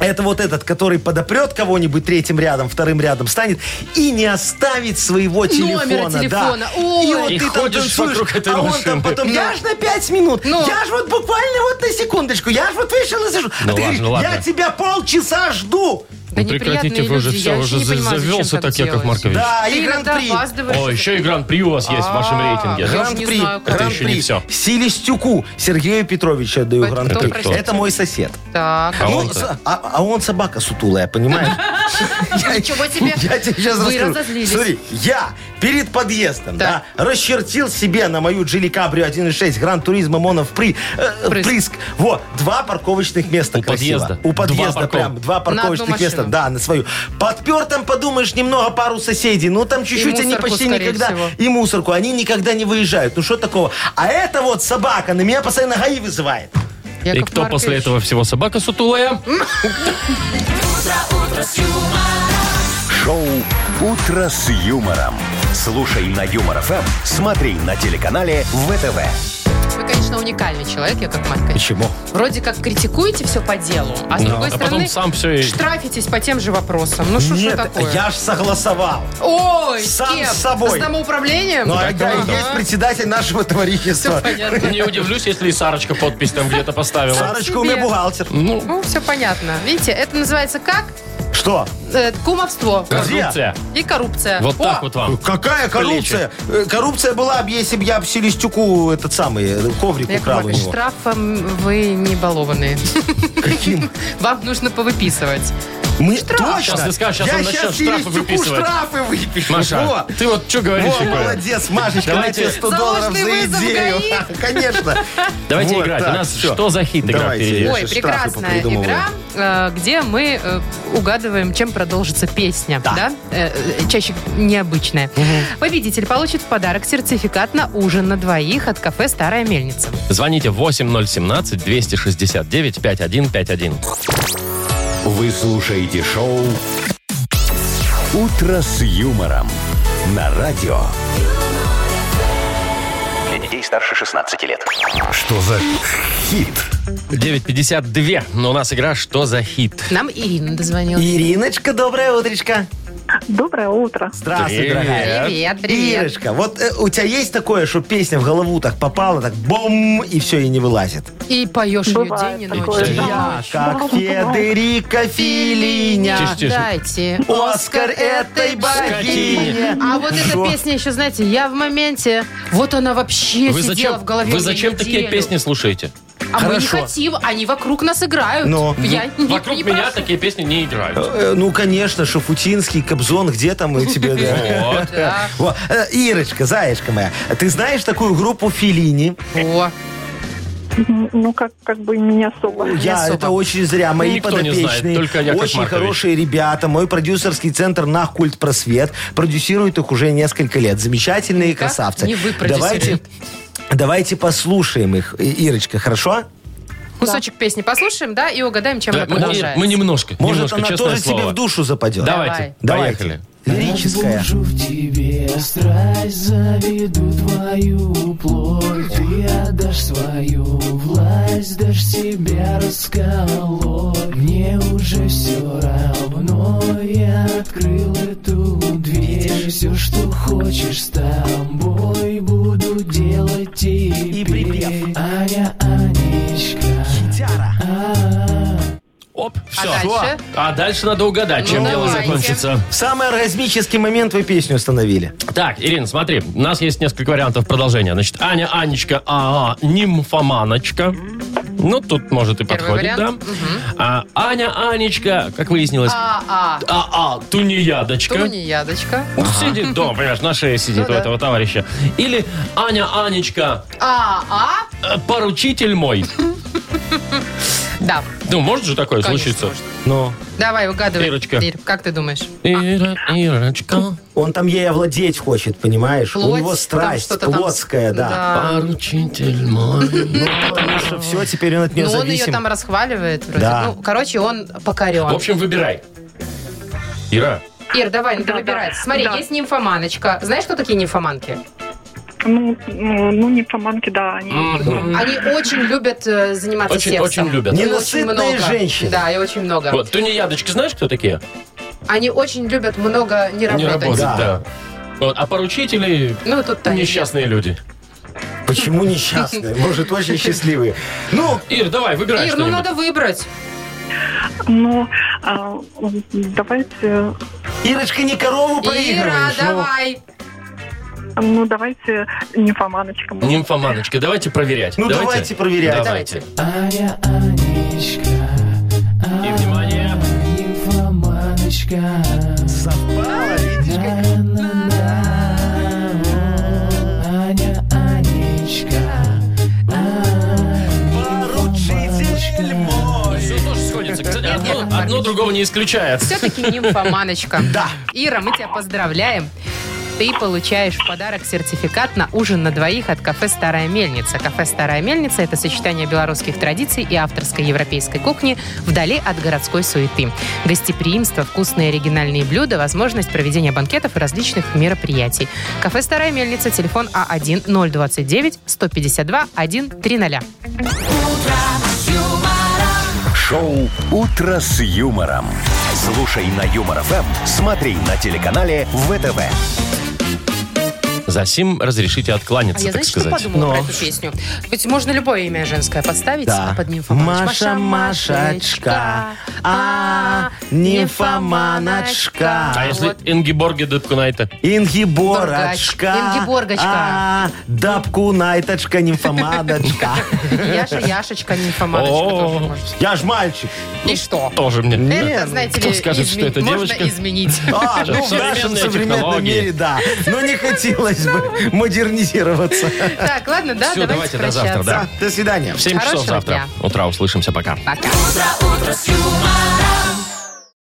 Это вот этот, который подопрет кого-нибудь третьим рядом, вторым рядом станет и не оставит своего телефона.
телефона.
Да.
Ой.
И вот
И
ты там
ходишь
танцуешь,
вокруг этой
а он
машины.
там потом,
Ну.
я ж на пять минут,
Ну.
я ж вот буквально вот на секундочку, я ж вот вышел и
Ну
зашел. а ты
ладно,
говоришь,
ладно.
я тебя полчаса жду.
Да
Ну, прекратите
неприятные
вы уже
люди,
все,
я
уже
вообще не понимаю, зачем
завелся так, Яков
делать.
Маркович.
Да,
Ты
и
иногда
гран-при.
опаздываешь.
О, еще и гран-при у вас есть в вашем
Ну, А,
рейтинге.
я уж не
Гран-при.
знаю, как.
Это еще не
Гран-при.
все.
Селестюку Сергею Петровичу отдаю
Это
гран-при.
кто, простите?
Это мой сосед.
Так,
А
Ну,
он-то?
с- а- а он собака сутулая, понимаешь? Я-
Ничего себе.
Я тебе сейчас
Вы
расскажу.
разозлились.
Смотри, я перед подъездом,
Так.
да, расчертил себе на мою Джили Кабрио 1.6 Гран Туризма Монов при, э,
Прыск.
Прыск. Вот, два парковочных места
У
красиво.
подъезда?
У
Два
подъезда
парков-
прям. Два парковочных
машину.
места, да, на свою. Подпер там, подумаешь, немного пару соседей. Ну, там чуть-чуть они
мусорку,
почти
скорее
никогда...
всего.
И мусорку. Они никогда не выезжают. Ну, что такого? А это вот собака на меня постоянно ГАИ вызывает.
И
Яков
кто после
Маркович.
этого всего? Собака сутулая?
Шоу «Утро с юмором». Слушай на Юмор ФМ, смотри на телеканале ВТВ.
Вы, конечно, уникальный человек, Яков Маркович.
Почему?
Вроде как критикуете все по делу, а с
Да.
другой
А потом
стороны
сам всё и-
штрафитесь по тем же вопросам. Ну что ж
Нет,
такое?
я ж согласовал.
Ой, с
сам
кем?
с собой.
С самоуправлением?
Ну, а
Так,
я и
ага.
есть председатель нашего
Все
товарищества.
понятно.
Не удивлюсь, если и Сарочка подпись там где-то поставила.
Сарочка у меня
Тебе.
бухгалтер.
Ну,
Ну, все понятно. Видите, это называется как?
Что?
Э, кумовство
коррупция.
и коррупция.
Вот
О,
так вот вам.
Какая коррупция? Э, Коррупция была бы, если бы я об Селестюку этот самый э, коврик
Яков
украл у
Маркович,
него.
штрафом вы не балованные.
Каким?
Вам нужно повыписывать.
Мы
Сейчас
точно.
ты скажешь, сейчас
я
он
сейчас
начнет штрафы
Селестюку
выписывать.
штрафы выпишу.
Маша,
Во.
ты вот что говоришь
Во,
такое?
молодец, Машечка, на
Давайте-
тебе 100 долларов
Заложный
за
вызов
идею.
ГАИ.
Конечно.
Давайте
Вот
играть. У
так,
нас
всё.
что за хит игра
Давайте.
впереди?
Я
Ой,
же штрафы
прекрасная
попридумываю.
игра, э, где мы э, угадываем, чем продолжится песня. Да.
Да.
Э, э, Чаще необычная. Победитель получит в подарок сертификат на ужин на двоих от кафе «Старая мельница».
Звоните 8017-269-5151.
Вы слушаете шоу «Утро с юмором» на радио.
Для детей старше 16 лет.
Что за хит?
9.52. Но у нас игра «Что за хит?»
Нам Ирина дозвонилась.
Ириночка, доброе утречко.
Доброе утро.
Здравствуй,
Привет.
дорогая.
Привет, привет.
Ирочка, вот э, у тебя есть такое, что песня в голову так попала, так бом, и все, и не вылазит?
И поешь ее
Бывает
день и
такое,
ночь.
да.
Я, как
да, да.
Федерико Филиня,
Тише, тише.
Дайте
Оскар этой богине.
А вот эта
Шо?
песня еще, знаете, я в моменте, вот она вообще
Вы
сидела
зачем,
в голове. у
вы
меня
зачем такие
неделю.
песни слушаете?
А мы не
Хорошо.
хотим, они вокруг нас играют.
Ну,
я А, не-
Вокруг
не
меня
прошу.
такие песни не играют.
Э, Ну, конечно, Шафутинский, Кобзон, где там и тебе, да.
Вот.
Да.
Во, э, Ирочка, заячка моя, ты знаешь такую группу Филини?
О,
М, Ну, как, как бы не особо.
Я,
особо.
это очень зря. Мои
никто не знает,
подопечные,
только Яков
очень
Маркович.
хорошие ребята. Мой продюсерский центр на культ просвет продюсирует их уже несколько лет. Замечательные
Никак
красавцы.
не вы продюсерили.
давайте, давайте послушаем их, И- Ирочка, хорошо?
кусочек песни послушаем, да, и угадаем, чем
Да,
она
мы,
продолжается.
мы немножко,
Может,
немножко,
она
честное
тоже
слово.
тебе в душу западет.
Давайте,
Давайте.
поехали.
Лирическая.
в тебе страсть, заведу твою плоть. Ты отдашь свою власть, дашь себя расколоть. Мне уже все равно, я открыл эту дверь. Все, что хочешь с тобой, буду делать а теперь.
И припев.
Аня, Анечка.
Оп, все.
А дальше?
А дальше надо угадать,
Ну,
чем дело
давайте.
закончится.
В самый оргазмический момент вы песню установили.
Так, Ирина, смотри, у нас есть несколько вариантов продолжения. Значит, Аня, Анечка, а, а, нимфоманочка. Ну, тут, может, и
Первый
подходит, да?
вариант. Мгм.
А, Аня, Анечка, как выяснилось, а,
А, а,
а, тунеядочка.
тунеядочка.
Сидит дома, понимаешь, на шее сидит у
Ну да.
этого товарища. Или Аня, Анечка,
А, а,
э, поручитель мой.
да.
Ну, может же такое
конечно,
случиться?
может.
Но
Давай, угадывай.
Ирочка.
Ир, как ты думаешь?
Ира, Ирочка,
он там ей овладеть хочет, понимаешь? У
Плоть,
него
там
страсть
что-то там-
плотская, да.
А.
поручитель мой.
Потому что все, теперь он от нее
Ну, он ее
зависим.
там расхваливает вроде.
Да.
Ну, короче, он покорен.
Ну, В общем, выбирай. Ира,
Ир, давай, надо
Да,
выбирать.
да.
Смотри,
Да.
есть нимфоманочка. Знаешь, кто такие нимфоманки?
Ну, м, ну, не поманки, да, они...
Мгм.
Они очень любят э, заниматься
очень,
сексом.
очень любят.
И
Не-
очень
Ненасытные
много.
женщины.
Да, и очень много.
Вот, тунеядочки, знаешь, кто такие?
Они очень любят много не
Не
работать.
работают,
Да.
да. Вот, а поручители
Ну, тут Таня.
несчастные люди.
Почему несчастные? Может, очень счастливые. Ну,
Ир, давай, выбирай
Ир, ну
что-нибудь.
надо выбрать.
Ну, а, давайте,
Ирочка, не корову
Ира,
проигрываешь. ну.
давай.
ну, давайте нимфоманочкам.
Нимфоманочка, давайте проверять.
Ну, давайте проверять.
Давайте.
Аня, Анечка,
И внимание.
нимфоманочка.
Совпало, видишь, как-
На-на-на. Аня, Анечка,
Ну, Поручитель мой.
Все Ну, тоже сходится. Кстати,
Нет,
одно,
Яков Маркович.
одно другого не исключает.
Все-таки нимфоманочка.
Да.
Ира, мы тебя поздравляем. Ты получаешь в подарок сертификат на ужин на двоих от кафе «Старая мельница». Кафе «Старая мельница» — это сочетание белорусских традиций и авторской европейской кухни вдали от городской суеты. Гостеприимство, вкусные оригинальные блюда, возможность проведения банкетов и различных мероприятий. Кафе «Старая мельница», телефон А А1-029-152-130.
Шоу «Утро с юмором». Слушай на Юмор ФМ, смотри на телеканале ВТВ.
За сим разрешите
А
откланяться,
я,
так
знаете, что
сказать.
подумала про эту песню? Ведь можно любое имя женское подставить,
Да.
а под нимфоманочку.
Маша, Машечка, а, нимфоманочка.
А если Ингиборге Дубкунайте?
Ингиборочка.
Боргач. Ингиборгочка.
А, дабку найточка, нимфоманочка.
Яша, Яшечка, нимфоманочка
О.
тоже может.
Я ж мальчик.
И что?
Ну, Тоже мне.
Это, знаете
Кто
ли,
скажет,
изме-
что это
можно
девочка?
изменить.
А, ну в
Современные
нашем современном
технологии.
мире, да. Но не хотелось бы модернизироваться.
Так, ладно, да,
Все, давайте
давайте
до завтра,
прощаться.
да.
До свидания.
В 7 часов
Хорошего
завтра. Утра услышимся, пока.
Пока.
утро с юмором.